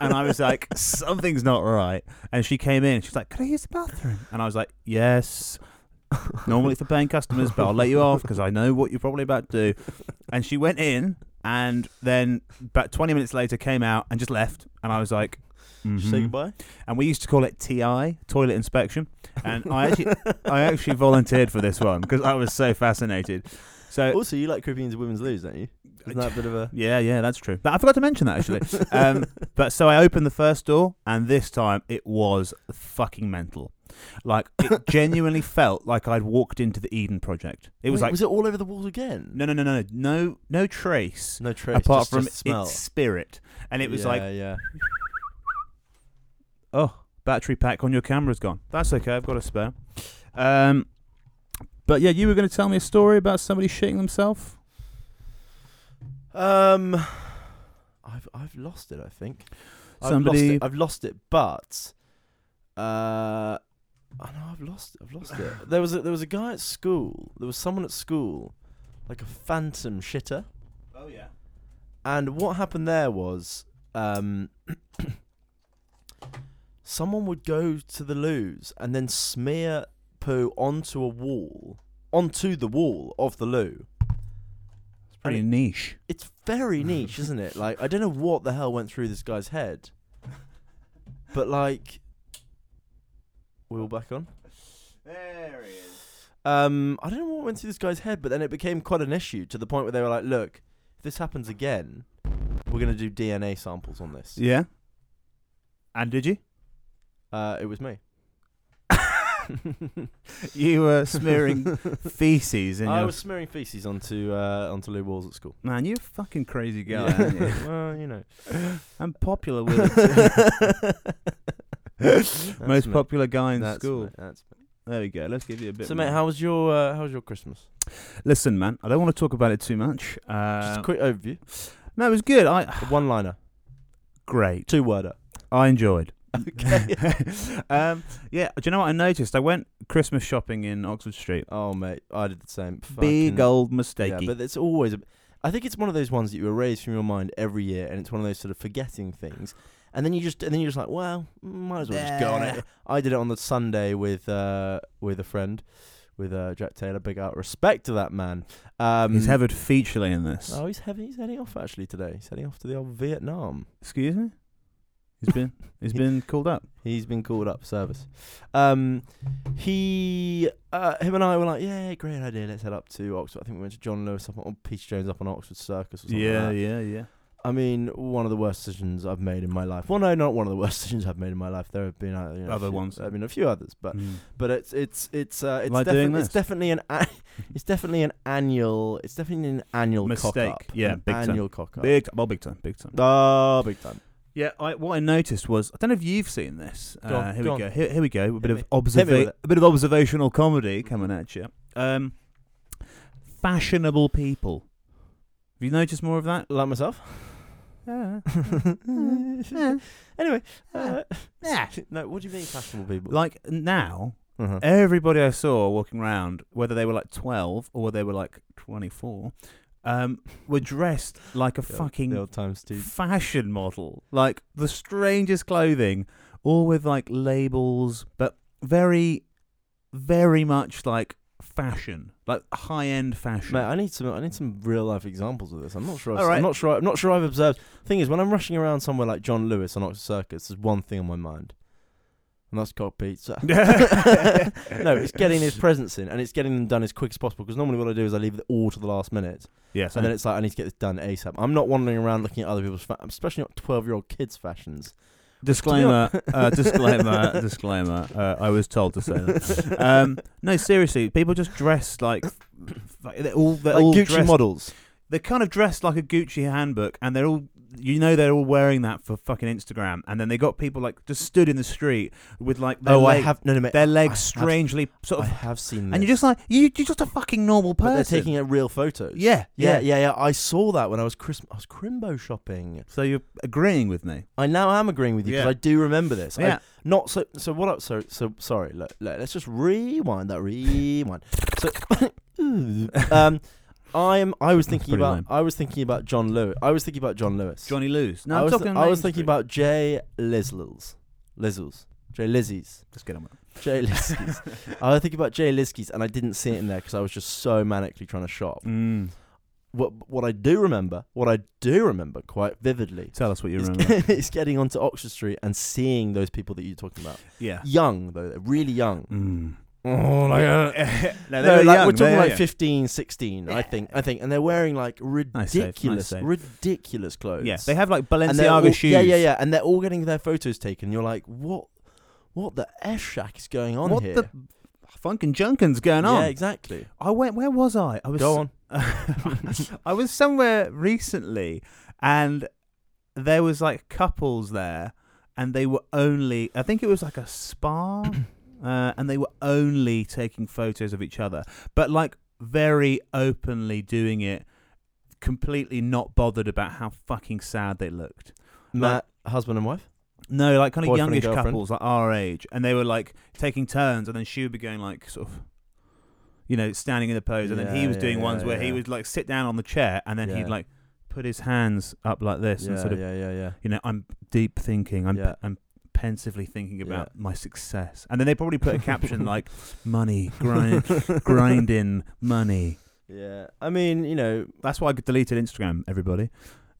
[SPEAKER 2] and I was like, something's not right. And she came in. She's like, could I use the bathroom? And I was like, yes. Normally for paying customers, but I'll let you off because I know what you're probably about to do. And she went in, and then about 20 minutes later came out and just left. And I was like,
[SPEAKER 1] Did you say
[SPEAKER 2] "Mhm."
[SPEAKER 1] goodbye.
[SPEAKER 2] and we used to call it TI, toilet inspection. And I actually, I actually volunteered for this one Uh, because I was so fascinated. So
[SPEAKER 1] Also, you like creeping into women's loos, don't you? Isn't that a bit of a?
[SPEAKER 2] yeah, yeah, that's true. But I forgot to mention that actually. Um, but so I opened the first door, and this time it was fucking mental. Like it genuinely felt like I'd walked into the Eden Project. It was
[SPEAKER 1] Wait,
[SPEAKER 2] like
[SPEAKER 1] was it all over the walls again?
[SPEAKER 2] no, no, no, no, no, no trace
[SPEAKER 1] no trace.
[SPEAKER 2] apart
[SPEAKER 1] just,
[SPEAKER 2] from
[SPEAKER 1] just smell.
[SPEAKER 2] its spirit. And it was
[SPEAKER 1] yeah,
[SPEAKER 2] like,
[SPEAKER 1] yeah.
[SPEAKER 2] oh, battery pack on your camera's gone. That's okay. I've got a spare. Um, but yeah, you were going to tell me a story about somebody shitting themselves.
[SPEAKER 1] Um, I've I've lost it. I think I've lost
[SPEAKER 2] Somebody-
[SPEAKER 1] it, I've lost it but uh, I know I've lost. I've lost it. There was a, there was a guy at school. There was someone at school, like a phantom shitter.
[SPEAKER 2] Oh yeah.
[SPEAKER 1] And what happened there was, um, someone would go to the loos and then smear poo onto a wall, onto the wall of the loo.
[SPEAKER 2] It's pretty niche.
[SPEAKER 1] It's very niche, isn't it? Like I don't know what the hell went through this guy's head, but like, we're all back on.
[SPEAKER 2] There he is.
[SPEAKER 1] Um, I don't know what went through this guy's head, but then it became quite an issue to the point where they were like, "Look, if this happens again, we're gonna do DNA samples on this."
[SPEAKER 2] Yeah. And did you?
[SPEAKER 1] Uh, it was me.
[SPEAKER 2] You were smearing feces in
[SPEAKER 1] I
[SPEAKER 2] your.
[SPEAKER 1] was smearing feces onto uh, onto loo walls at school.
[SPEAKER 2] Man, you're a fucking crazy guy,
[SPEAKER 1] Yeah.
[SPEAKER 2] aren't you?
[SPEAKER 1] well, you know.
[SPEAKER 2] I'm popular with it. too. Most
[SPEAKER 1] me.
[SPEAKER 2] popular guy in
[SPEAKER 1] That's
[SPEAKER 2] school.
[SPEAKER 1] me, that's me.
[SPEAKER 2] There we go. Let's give you a bit.
[SPEAKER 1] So, mate,
[SPEAKER 2] more.
[SPEAKER 1] how was your uh, how was your Christmas?
[SPEAKER 2] Listen, man, I don't want to talk about it too much. Uh,
[SPEAKER 1] Just a quick overview.
[SPEAKER 2] no, it was good. I
[SPEAKER 1] One liner,
[SPEAKER 2] great.
[SPEAKER 1] two worder.
[SPEAKER 2] I enjoyed.
[SPEAKER 1] Okay.
[SPEAKER 2] um, yeah. Do you know what I noticed? I went Christmas shopping in Oxford Street.
[SPEAKER 1] oh, mate, I did the same. Fucking-
[SPEAKER 2] Big old
[SPEAKER 1] Yeah,
[SPEAKER 2] mistake.
[SPEAKER 1] but it's always. A, I think it's one of those ones that you erase from your mind every year, and it's one of those sort of forgetting things. And then you just, and then you're just like, well, might as well just go on
[SPEAKER 2] Yeah.
[SPEAKER 1] it. I did it on the Sunday with uh, with a friend, with uh, Jack Taylor. Big out of respect to that man. Um,
[SPEAKER 2] He's Heather Featurely in this.
[SPEAKER 1] Oh, he's heavy. He's heading off actually today. He's heading off to the old Vietnam.
[SPEAKER 2] Excuse me. He's been he's been called up.
[SPEAKER 1] He's been called up for service. Um, he, uh, him and I were like, yeah, great idea. Let's head up to Oxford. I think we went to John Lewis up on or Peter Jones up on Oxford Circus or something. like that.
[SPEAKER 2] yeah, yeah.
[SPEAKER 1] I mean, one of the worst decisions I've made in my life. Well, no, not one of the worst decisions I've made in my life. There have been uh, you know,
[SPEAKER 2] Other
[SPEAKER 1] a few,
[SPEAKER 2] ones.
[SPEAKER 1] There have been a few others, but
[SPEAKER 2] Mm.
[SPEAKER 1] but it's it's it's uh, it's,
[SPEAKER 2] Like doing
[SPEAKER 1] defi- it's
[SPEAKER 2] this.
[SPEAKER 1] definitely an a- it's definitely an annual it's definitely an annual
[SPEAKER 2] Mistake.
[SPEAKER 1] cock up.
[SPEAKER 2] Yeah,
[SPEAKER 1] an
[SPEAKER 2] big time.
[SPEAKER 1] annual cock up.
[SPEAKER 2] Big, well, big time, big time.
[SPEAKER 1] Oh, big time.
[SPEAKER 2] Yeah, I, what I noticed was I don't know if you've seen this.
[SPEAKER 1] Go on,
[SPEAKER 2] uh, here
[SPEAKER 1] go
[SPEAKER 2] we
[SPEAKER 1] on.
[SPEAKER 2] go. Here, here we go. A bit
[SPEAKER 1] me. Hit
[SPEAKER 2] of
[SPEAKER 1] me with
[SPEAKER 2] observa-
[SPEAKER 1] it.
[SPEAKER 2] a bit of observational comedy coming at you. Um, fashionable people. Have you noticed more of that?
[SPEAKER 1] Like myself. Ah.
[SPEAKER 2] Yeah.
[SPEAKER 1] anyway, uh, Ah.
[SPEAKER 2] Yeah.
[SPEAKER 1] no. What do you mean, fashionable people?
[SPEAKER 2] Like now,
[SPEAKER 1] uh
[SPEAKER 2] everybody I saw walking around, whether they were like twelve or they were like twenty-four, um, were dressed like a
[SPEAKER 1] the
[SPEAKER 2] fucking
[SPEAKER 1] old times, dude.
[SPEAKER 2] fashion model. Like the strangest clothing, all with like labels, but very, very much like fashion, like high end fashion.
[SPEAKER 1] Mate, I need some. I need some real life examples of this. I'm not sure. I've,
[SPEAKER 2] All right.
[SPEAKER 1] I'm not sure. I'm not sure I've observed. Thing is, when I'm rushing around somewhere like John Lewis on Oxford Circus, there's one thing on my mind, and that's cock pizza. no, it's getting his presents in, and it's getting them done as quick as possible. Because normally, what I do is I leave it all to the last minute,
[SPEAKER 2] yes,
[SPEAKER 1] and then it's like I need to get this done asap. I'm not wandering around looking at other people's, fa- especially not 12 year old kids' fashions.
[SPEAKER 2] disclaimer,
[SPEAKER 1] To be hon-
[SPEAKER 2] uh, disclaimer, disclaimer. Uh, I was told to say that. Um, no, seriously, people just dress like. like they're all, they're
[SPEAKER 1] like
[SPEAKER 2] all
[SPEAKER 1] Gucci
[SPEAKER 2] dressed,
[SPEAKER 1] models.
[SPEAKER 2] They're kind of dressed like a Gucci handbook, and they're all, you know, they're all wearing that for fucking Instagram. And then they got people like just stood in the street with like their,
[SPEAKER 1] Oh, I
[SPEAKER 2] leg-
[SPEAKER 1] have no, no, mate. I
[SPEAKER 2] their
[SPEAKER 1] have-
[SPEAKER 2] legs strangely sort
[SPEAKER 1] I
[SPEAKER 2] of
[SPEAKER 1] have seen this.
[SPEAKER 2] And you're just like, you, you're just a fucking normal
[SPEAKER 1] but
[SPEAKER 2] person.
[SPEAKER 1] they're taking out real photos.
[SPEAKER 2] yeah,
[SPEAKER 1] Yeah, yeah, yeah. I saw that when I was Chris- I was Crimbo shopping.
[SPEAKER 2] So you're agreeing with me.
[SPEAKER 1] I now am agreeing with you because
[SPEAKER 2] Yeah.
[SPEAKER 1] I do remember this. I-
[SPEAKER 2] yeah.
[SPEAKER 1] not so. So what? I, so so sorry. Look, look, let's just rewind that. Rewind. So, um, I'm. I was thinking
[SPEAKER 2] pretty
[SPEAKER 1] about.
[SPEAKER 2] lame.
[SPEAKER 1] I was thinking about John Lewis. I was thinking about John Lewis.
[SPEAKER 2] Johnny Lewis. No,
[SPEAKER 1] I
[SPEAKER 2] I'm
[SPEAKER 1] was.
[SPEAKER 2] talking.
[SPEAKER 1] I was
[SPEAKER 2] mainstream.
[SPEAKER 1] thinking about Jay Lizzles. Lizzles. Jay Lizzie's.
[SPEAKER 2] Just get on with it.
[SPEAKER 1] Jay Lizzie's. I was thinking about Jay Lizzie's, and I didn't see it in there because I was just so manically trying to shop.
[SPEAKER 2] Mm.
[SPEAKER 1] What what I do remember, what I do remember quite vividly,
[SPEAKER 2] Tell us what you
[SPEAKER 1] is,
[SPEAKER 2] remember.
[SPEAKER 1] is getting onto Oxford Street and seeing those people that you're talking about.
[SPEAKER 2] yeah.
[SPEAKER 1] Young though, they're really young.
[SPEAKER 2] Mm.
[SPEAKER 1] Oh, like, uh,
[SPEAKER 2] no, they
[SPEAKER 1] no, like
[SPEAKER 2] were young,
[SPEAKER 1] we're talking
[SPEAKER 2] they were
[SPEAKER 1] like
[SPEAKER 2] young.
[SPEAKER 1] 15, 16, I think. I think, and they're wearing like
[SPEAKER 2] Nice save, nice
[SPEAKER 1] ridiculous,
[SPEAKER 2] save.
[SPEAKER 1] ridiculous clothes.
[SPEAKER 2] Yeah, they have like
[SPEAKER 1] and they're
[SPEAKER 2] Balenciaga
[SPEAKER 1] all,
[SPEAKER 2] shoes.
[SPEAKER 1] Yeah, yeah, yeah, and they're all getting their photos taken. You're like, what? What the f shack is going on
[SPEAKER 2] what
[SPEAKER 1] here?
[SPEAKER 2] the funkin' junkin's going on?
[SPEAKER 1] Yeah, exactly.
[SPEAKER 2] I went. Where was I? I was.
[SPEAKER 1] Go on.
[SPEAKER 2] I was somewhere recently, and there was like couples there, and they were only. I think it was like a spa, uh, and they were only taking photos of each other, but like very openly doing it, completely not bothered about how fucking sad they looked.
[SPEAKER 1] Matt, husband and wife.
[SPEAKER 2] No, like kind of
[SPEAKER 1] Boyfriend and
[SPEAKER 2] youngish
[SPEAKER 1] girlfriend.
[SPEAKER 2] couples, like our age, and they were like taking turns, and then she would be going like sort of, you know, standing in the pose, and then
[SPEAKER 1] Yeah,
[SPEAKER 2] he was
[SPEAKER 1] yeah,
[SPEAKER 2] doing ones
[SPEAKER 1] yeah,
[SPEAKER 2] where he
[SPEAKER 1] yeah.
[SPEAKER 2] would like sit down on the chair, and then
[SPEAKER 1] Yeah.
[SPEAKER 2] he'd like put his hands up like this,
[SPEAKER 1] Yeah,
[SPEAKER 2] and sort of,
[SPEAKER 1] yeah, yeah, yeah.
[SPEAKER 2] you know, I'm deep thinking, I'm,
[SPEAKER 1] Yeah.
[SPEAKER 2] I'm pensively thinking
[SPEAKER 1] Yeah.
[SPEAKER 2] about my success. And then they probably put a caption like money, grind grinding money.
[SPEAKER 1] Yeah, I mean, you know,
[SPEAKER 2] That's why I deleted Instagram, everybody.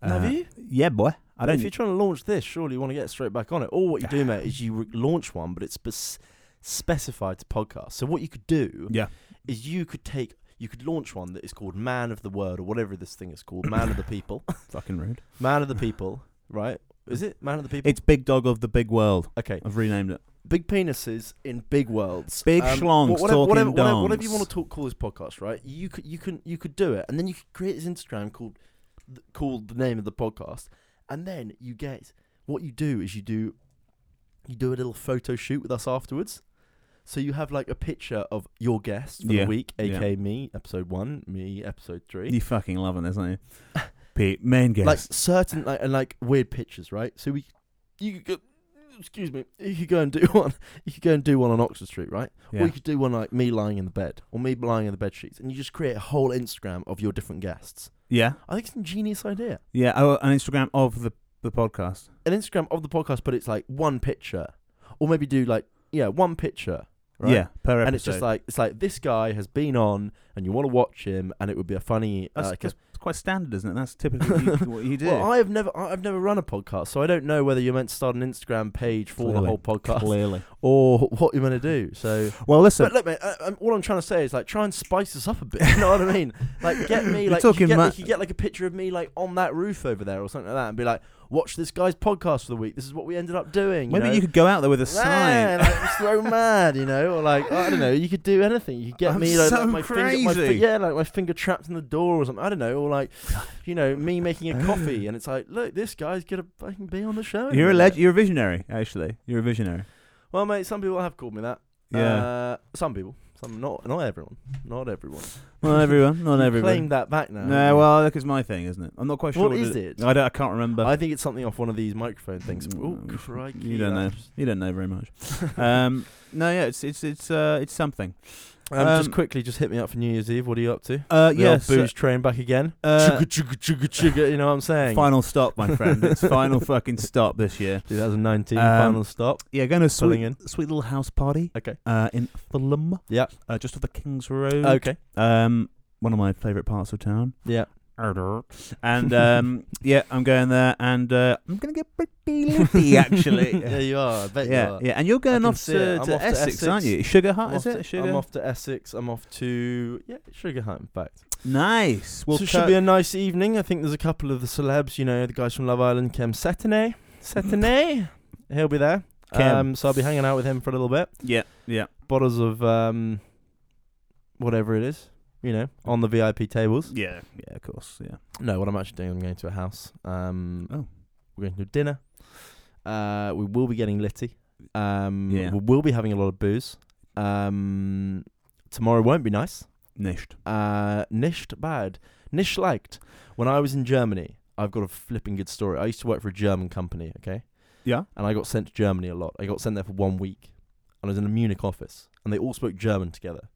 [SPEAKER 1] Have you?
[SPEAKER 2] Yeah, boy. Uh, I
[SPEAKER 1] But
[SPEAKER 2] don't
[SPEAKER 1] if you're trying to launch this, surely you want to get straight back on it. Or what you do, mate, is you re- launch one, but it's spec- specified to podcasts. So what you could do
[SPEAKER 2] Yeah.
[SPEAKER 1] is you could take, you could launch one that is called Man of the Word or whatever this thing is called, Man of the People,
[SPEAKER 2] fucking rude.
[SPEAKER 1] Man of the People, right? Is it Man of the People?
[SPEAKER 2] It's Big Dog of the Big World.
[SPEAKER 1] okay,
[SPEAKER 2] I've renamed it.
[SPEAKER 1] big penises in big worlds, Um,
[SPEAKER 2] Big schlongs
[SPEAKER 1] wha-
[SPEAKER 2] talking
[SPEAKER 1] whatever, whatever, whatever you
[SPEAKER 2] dongs.
[SPEAKER 1] want to talk, call this podcast, right? You could, you can, you could do it, and then you could create this Instagram called, th- called the name of the podcast, and then you get what you do is you do, you do a little photo shoot with us afterwards. So you have like a picture of your guest for
[SPEAKER 2] Yeah,
[SPEAKER 1] the week,
[SPEAKER 2] yeah.
[SPEAKER 1] aka me, episode one, me, episode three,
[SPEAKER 2] You fucking loving this, aren't you? Pete, main guest.
[SPEAKER 1] like certain like and like weird pictures, right? So we, you could, go, excuse me, you could go and do one, you could go and do one on Oxford Street, right?
[SPEAKER 2] yeah.
[SPEAKER 1] Or you could do one like me lying in the bed, or me lying in the bed sheets, and you just create a whole Instagram of your different guests.
[SPEAKER 2] yeah.
[SPEAKER 1] I think it's an ingenious idea.
[SPEAKER 2] Yeah. Oh, an Instagram of the, the podcast.
[SPEAKER 1] An Instagram of the podcast, but it's like one picture, or maybe do like yeah, one picture, right?
[SPEAKER 2] Yeah. Per episode.
[SPEAKER 1] And it's just like it's like this guy has been on, and you want to watch him, and it would be a funny.
[SPEAKER 2] That's,
[SPEAKER 1] like a-
[SPEAKER 2] that's quite standard, isn't it? That's typically what you, what you do.
[SPEAKER 1] well, I have never I- I've never run a podcast, so I don't know whether you're meant to start an Instagram page for the
[SPEAKER 2] Clearly.
[SPEAKER 1] whole podcast
[SPEAKER 2] Clearly.
[SPEAKER 1] or what you're meant to do. So
[SPEAKER 2] Well, listen.
[SPEAKER 1] but look, mate, I, I'm, all I'm trying to say is like try and spice this up a bit. You know what I mean? Like get me
[SPEAKER 2] You're
[SPEAKER 1] like you
[SPEAKER 2] talking
[SPEAKER 1] could get,
[SPEAKER 2] ma-
[SPEAKER 1] like, you get like a picture of me like on that roof over there or something like that, and be like, watch this guy's podcast for the week. This is what we ended up doing.
[SPEAKER 2] Maybe
[SPEAKER 1] you, know?
[SPEAKER 2] you could go out there with a
[SPEAKER 1] Yeah,
[SPEAKER 2] sign.
[SPEAKER 1] like, it's so mad, you know, or like I don't know, you could do anything. You could get
[SPEAKER 2] I'm
[SPEAKER 1] me like,
[SPEAKER 2] so
[SPEAKER 1] like, my finger, my fi-
[SPEAKER 2] crazy.
[SPEAKER 1] yeah, like my finger trapped in the door or something. I don't know, or like, you know, me making a coffee, and it's like, look, this guy's gonna fucking be on the show. in
[SPEAKER 2] You're a
[SPEAKER 1] minute."
[SPEAKER 2] leg- You're a visionary, actually. You're a visionary.
[SPEAKER 1] Well, mate, some people have called me that.
[SPEAKER 2] Yeah.
[SPEAKER 1] Uh, some people, some not, not everyone, not everyone.
[SPEAKER 2] not everyone. Not
[SPEAKER 1] You
[SPEAKER 2] everyone.
[SPEAKER 1] Claim that back now.
[SPEAKER 2] No, well, look, it's my thing, isn't it? I'm not quite sure.
[SPEAKER 1] What
[SPEAKER 2] what
[SPEAKER 1] is
[SPEAKER 2] it-
[SPEAKER 1] it?
[SPEAKER 2] I don't. I can't remember.
[SPEAKER 1] I think it's something off one of these microphone things. Oh,
[SPEAKER 2] Mm,
[SPEAKER 1] crikey!
[SPEAKER 2] you don't know.
[SPEAKER 1] that's-
[SPEAKER 2] You don't know very much. um, no, yeah, it's it's it's uh, it's something.
[SPEAKER 1] Um, just
[SPEAKER 2] Um,
[SPEAKER 1] quickly, just hit me up for New Year's Eve. What are you up to?
[SPEAKER 2] Uh,
[SPEAKER 1] The
[SPEAKER 2] yes.
[SPEAKER 1] old booze train back again.
[SPEAKER 2] uh,
[SPEAKER 1] chugga chugga chugga chugga. You know what I'm saying?
[SPEAKER 2] final stop, my friend. It's final fucking stop this year.
[SPEAKER 1] 2019
[SPEAKER 2] Um,
[SPEAKER 1] final stop.
[SPEAKER 2] Yeah, going to a
[SPEAKER 1] Filling
[SPEAKER 2] sweet, sweet little house party.
[SPEAKER 1] Okay.
[SPEAKER 2] Uh, in Fulham.
[SPEAKER 1] Yep.
[SPEAKER 2] Uh, just off the King's Road.
[SPEAKER 1] Okay.
[SPEAKER 2] Um, one of my favourite parts of town.
[SPEAKER 1] Yeah.
[SPEAKER 2] And um, yeah, I'm going there, and uh, I'm gonna get pretty litty actually.
[SPEAKER 1] yeah, you are. I bet you
[SPEAKER 2] yeah,
[SPEAKER 1] are.
[SPEAKER 2] yeah. And you're going
[SPEAKER 1] can
[SPEAKER 2] off
[SPEAKER 1] see it.
[SPEAKER 2] to,
[SPEAKER 1] I'm
[SPEAKER 2] to
[SPEAKER 1] off to
[SPEAKER 2] Essex,
[SPEAKER 1] Essex.
[SPEAKER 2] aren't you? Sugar Hut,
[SPEAKER 1] I'm
[SPEAKER 2] is
[SPEAKER 1] off
[SPEAKER 2] it?
[SPEAKER 1] to-
[SPEAKER 2] Sugar.
[SPEAKER 1] I'm off to Essex. I'm off to yeah, Sugar Hut. In fact,
[SPEAKER 2] Nice. Well,
[SPEAKER 1] so it
[SPEAKER 2] Kurt-
[SPEAKER 1] should be a nice evening. I think there's a couple of the celebs. You know, the guys from Love Island, Kem Setane. Setane, he'll be there.
[SPEAKER 2] Kem.
[SPEAKER 1] Um, so I'll be hanging out with him for a little bit.
[SPEAKER 2] yeah, yeah.
[SPEAKER 1] bottles of um, whatever it is, you know, on the VIP tables.
[SPEAKER 2] Yeah, yeah, of course. Yeah.
[SPEAKER 1] No, what I'm actually doing, I'm going to a house. Um,
[SPEAKER 2] Oh.
[SPEAKER 1] We're going to dinner. Uh, we will be getting litty. Um,
[SPEAKER 2] Yeah.
[SPEAKER 1] We will be having a lot of booze. Um, tomorrow won't be nice.
[SPEAKER 2] Nished.
[SPEAKER 1] Uh, nicht bad. Nicht liked. When I was in Germany, I've got a flipping good story. I used to work for a German company, okay?
[SPEAKER 2] Yeah.
[SPEAKER 1] And I got sent to Germany a lot. I got sent there for one week. And I was in a Munich office. And they all spoke German together.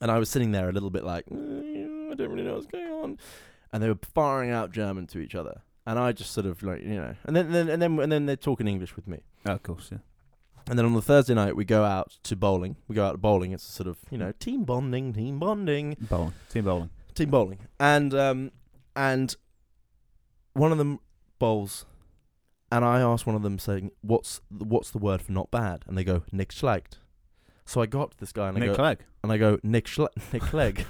[SPEAKER 1] And I was sitting there a little bit like, "Mm, I don't really know what's going on. And they were firing out German to each other. And I just sort of like, you know, and then, then and then and then they're talking English with me.
[SPEAKER 2] Oh, of course. Yeah.
[SPEAKER 1] And then on the Thursday night we go out to bowling. We go out to bowling. It's a sort of you know team bonding, team bonding,
[SPEAKER 2] Bowling. Team bowling.
[SPEAKER 1] team bowling. And um and one of them bowls, and I asked one of them saying, "What's what's the word for not bad?" And they go, "Nick schlecht." So I got to this guy and I
[SPEAKER 2] Nick
[SPEAKER 1] go,
[SPEAKER 2] Clegg.
[SPEAKER 1] and I go, Nick Schle- Nick Clegg.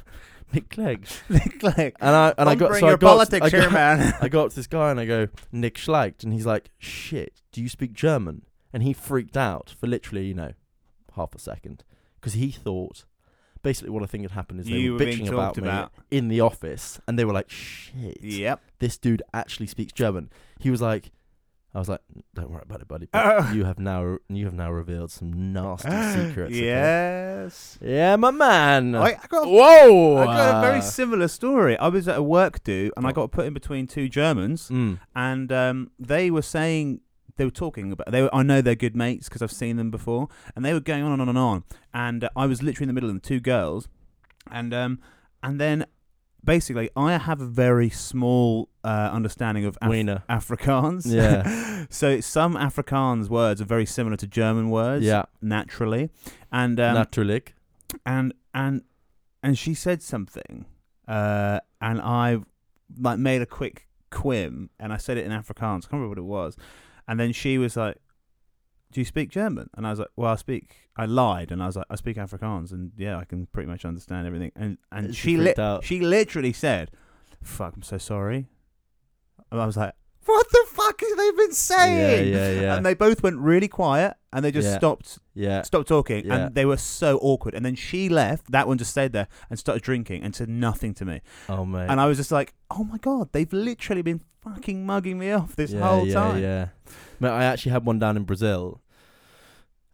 [SPEAKER 1] Nick Clegg.
[SPEAKER 2] Nick Clegg.
[SPEAKER 1] And I and I
[SPEAKER 2] Don't
[SPEAKER 1] got
[SPEAKER 2] bring
[SPEAKER 1] so I
[SPEAKER 2] your
[SPEAKER 1] got,
[SPEAKER 2] politics
[SPEAKER 1] I got,
[SPEAKER 2] here, man.
[SPEAKER 1] I got up to this guy and I go, Nick Schlecht, and he's like, Shit, do you speak German? And he freaked out for literally, you know, half a second. Because he thought basically what I think had happened is they
[SPEAKER 2] You
[SPEAKER 1] were
[SPEAKER 2] were being
[SPEAKER 1] bitching about
[SPEAKER 2] talked
[SPEAKER 1] me
[SPEAKER 2] about.
[SPEAKER 1] in the office and they were like, Shit,
[SPEAKER 2] Yep.
[SPEAKER 1] this dude actually speaks German. He was like I was like, Don't worry about it, buddy. But
[SPEAKER 2] Uh,
[SPEAKER 1] you have now you have now revealed some nasty secrets. okay?"
[SPEAKER 2] Yes.
[SPEAKER 1] Yeah, my man.
[SPEAKER 2] I, I got. A,
[SPEAKER 1] Whoa!
[SPEAKER 2] I got a very
[SPEAKER 1] uh,
[SPEAKER 2] similar story. I was at a work do, and I got put in between two Germans,
[SPEAKER 1] Mm.
[SPEAKER 2] and um, they were saying they were talking about. They were, I know they're good mates because I've seen them before, and they were going on and on and on. And uh, I was literally in the middle of them, two girls, and um, and then basically, I have a very small uh, understanding of Af-
[SPEAKER 1] Wiener.
[SPEAKER 2] Afrikaans.
[SPEAKER 1] Yeah.
[SPEAKER 2] so some Afrikaans words are very similar to German words.
[SPEAKER 1] yeah.
[SPEAKER 2] Naturally, and um,
[SPEAKER 1] Naturally.
[SPEAKER 2] and and and she said something, uh, and I like made a quick quim, and I said it in Afrikaans. I can't remember what it was, and then she was like, "Do you speak German?" And I was like, "Well, I speak." I lied, and I was like, "I speak Afrikaans, and yeah, I can pretty much understand everything." And and
[SPEAKER 1] She
[SPEAKER 2] she
[SPEAKER 1] freaked
[SPEAKER 2] lit.
[SPEAKER 1] out.
[SPEAKER 2] she literally said, "Fuck, I'm so sorry," and I was like. What the fuck have they been saying?
[SPEAKER 1] Yeah, yeah, yeah.
[SPEAKER 2] And they both went really quiet, and they just
[SPEAKER 1] Yeah.
[SPEAKER 2] stopped
[SPEAKER 1] Yeah.
[SPEAKER 2] stopped talking
[SPEAKER 1] Yeah.
[SPEAKER 2] and they were so awkward and then she left that one just stayed there and started drinking and said nothing to me
[SPEAKER 1] Oh mate.
[SPEAKER 2] and i was just like oh my god they've literally been fucking mugging me off this
[SPEAKER 1] yeah,
[SPEAKER 2] whole
[SPEAKER 1] yeah,
[SPEAKER 2] time
[SPEAKER 1] Yeah. Mate, I actually had one down in Brazil.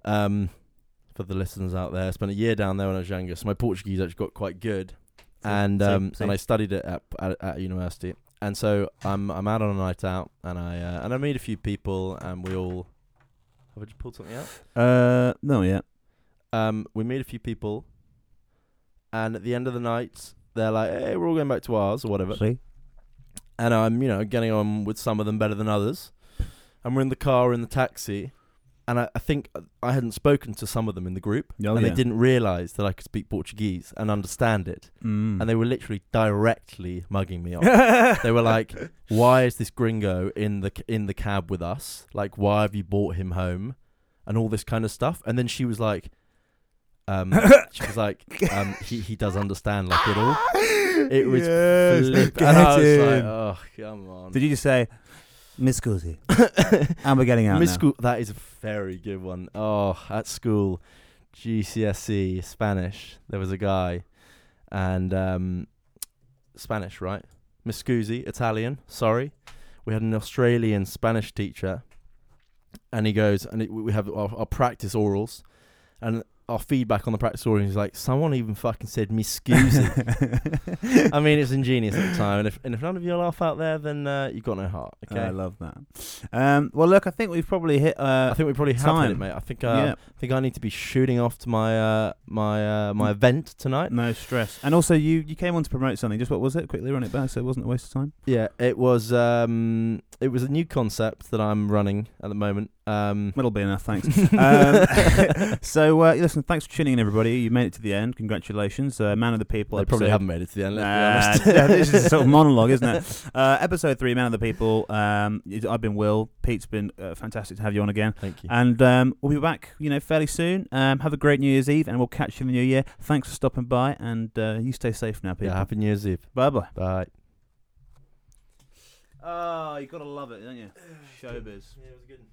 [SPEAKER 1] Um, for the listeners out there, I spent a year down there when I was younger, so my Portuguese actually got quite good. and
[SPEAKER 2] Same,
[SPEAKER 1] um,
[SPEAKER 2] same.
[SPEAKER 1] and I studied it at, at at university. And so I'm I'm out on a night out, and I uh, and I meet a few people, and we all have I just pulled something out?
[SPEAKER 2] uh no yeah
[SPEAKER 1] Um, we meet a few people, and at the end of the night, they're like, "Hey, we're all going back to ours or whatever."
[SPEAKER 2] See?
[SPEAKER 1] and I'm, you know, getting on with some of them better than others. And we're in the car, in the taxi, and I, I think I hadn't spoken to some of them in the group,
[SPEAKER 2] Oh,
[SPEAKER 1] and
[SPEAKER 2] yeah.
[SPEAKER 1] they didn't realise that I could speak Portuguese and understand it,
[SPEAKER 2] Mm.
[SPEAKER 1] and they were literally directly mugging me off. they were like, "Why is this gringo in the c- in the cab with us? Like, why have you brought him home?" And all this kind of stuff. And then she was like, um, "She was like, um, he he does understand like it all." It was
[SPEAKER 2] Yes,
[SPEAKER 1] flip-
[SPEAKER 2] get
[SPEAKER 1] and I was like,
[SPEAKER 2] him.
[SPEAKER 1] "Oh, come on."
[SPEAKER 2] did you just say miss Guzzi, and we're getting out
[SPEAKER 1] Miss
[SPEAKER 2] now.
[SPEAKER 1] school, that is a very good one. Oh, at school, GCSE E, Spanish, there was a guy, and um, Spanish, right? Miss Scusi, Italian. Sorry, we had an Australian Spanish teacher, and he goes, and it, we have our, our practice orals, and our feedback on the practice orals is like, someone even fucking said Miss Scusi. I mean, it's ingenious at the time, and if and if none of you laugh out there, then uh, you've got no heart. Okay.
[SPEAKER 2] i love that um well look i think we've probably hit uh
[SPEAKER 1] I think we probably have hit it,
[SPEAKER 2] time.
[SPEAKER 1] mate. I think uh,
[SPEAKER 2] yeah
[SPEAKER 1] I think I need to be shooting off to my uh, my uh, my event tonight.
[SPEAKER 2] no stress and also you you came on to promote something just what was it quickly run it back so it wasn't a waste of time
[SPEAKER 1] Yeah, it was um, it was a new concept that I'm running at the moment. Um,
[SPEAKER 2] That'll be enough, thanks. um, so, uh, listen, thanks for tuning in, everybody. You made it to the end. Congratulations. Uh, Man of the People.
[SPEAKER 1] they probably
[SPEAKER 2] episode-
[SPEAKER 1] haven't made it to the end.
[SPEAKER 2] Nah,
[SPEAKER 1] Let's be honest.
[SPEAKER 2] yeah, this is a sort of monologue, isn't it? Uh, episode three, Man of the People. Um, it- I've been Will. Pete's been uh, fantastic to have you on again.
[SPEAKER 1] Thank you.
[SPEAKER 2] And um, we'll be back, you know, fairly soon. Um, have a great New Year's Eve, and we'll catch you in the new year. Thanks for stopping by, and uh, you stay safe now, people.
[SPEAKER 1] yeah, happy New Year's Eve.
[SPEAKER 2] Bye bye.
[SPEAKER 1] Bye.
[SPEAKER 2] Oh, you gotta love it, don't you? Showbiz.
[SPEAKER 1] Yeah, it was a good.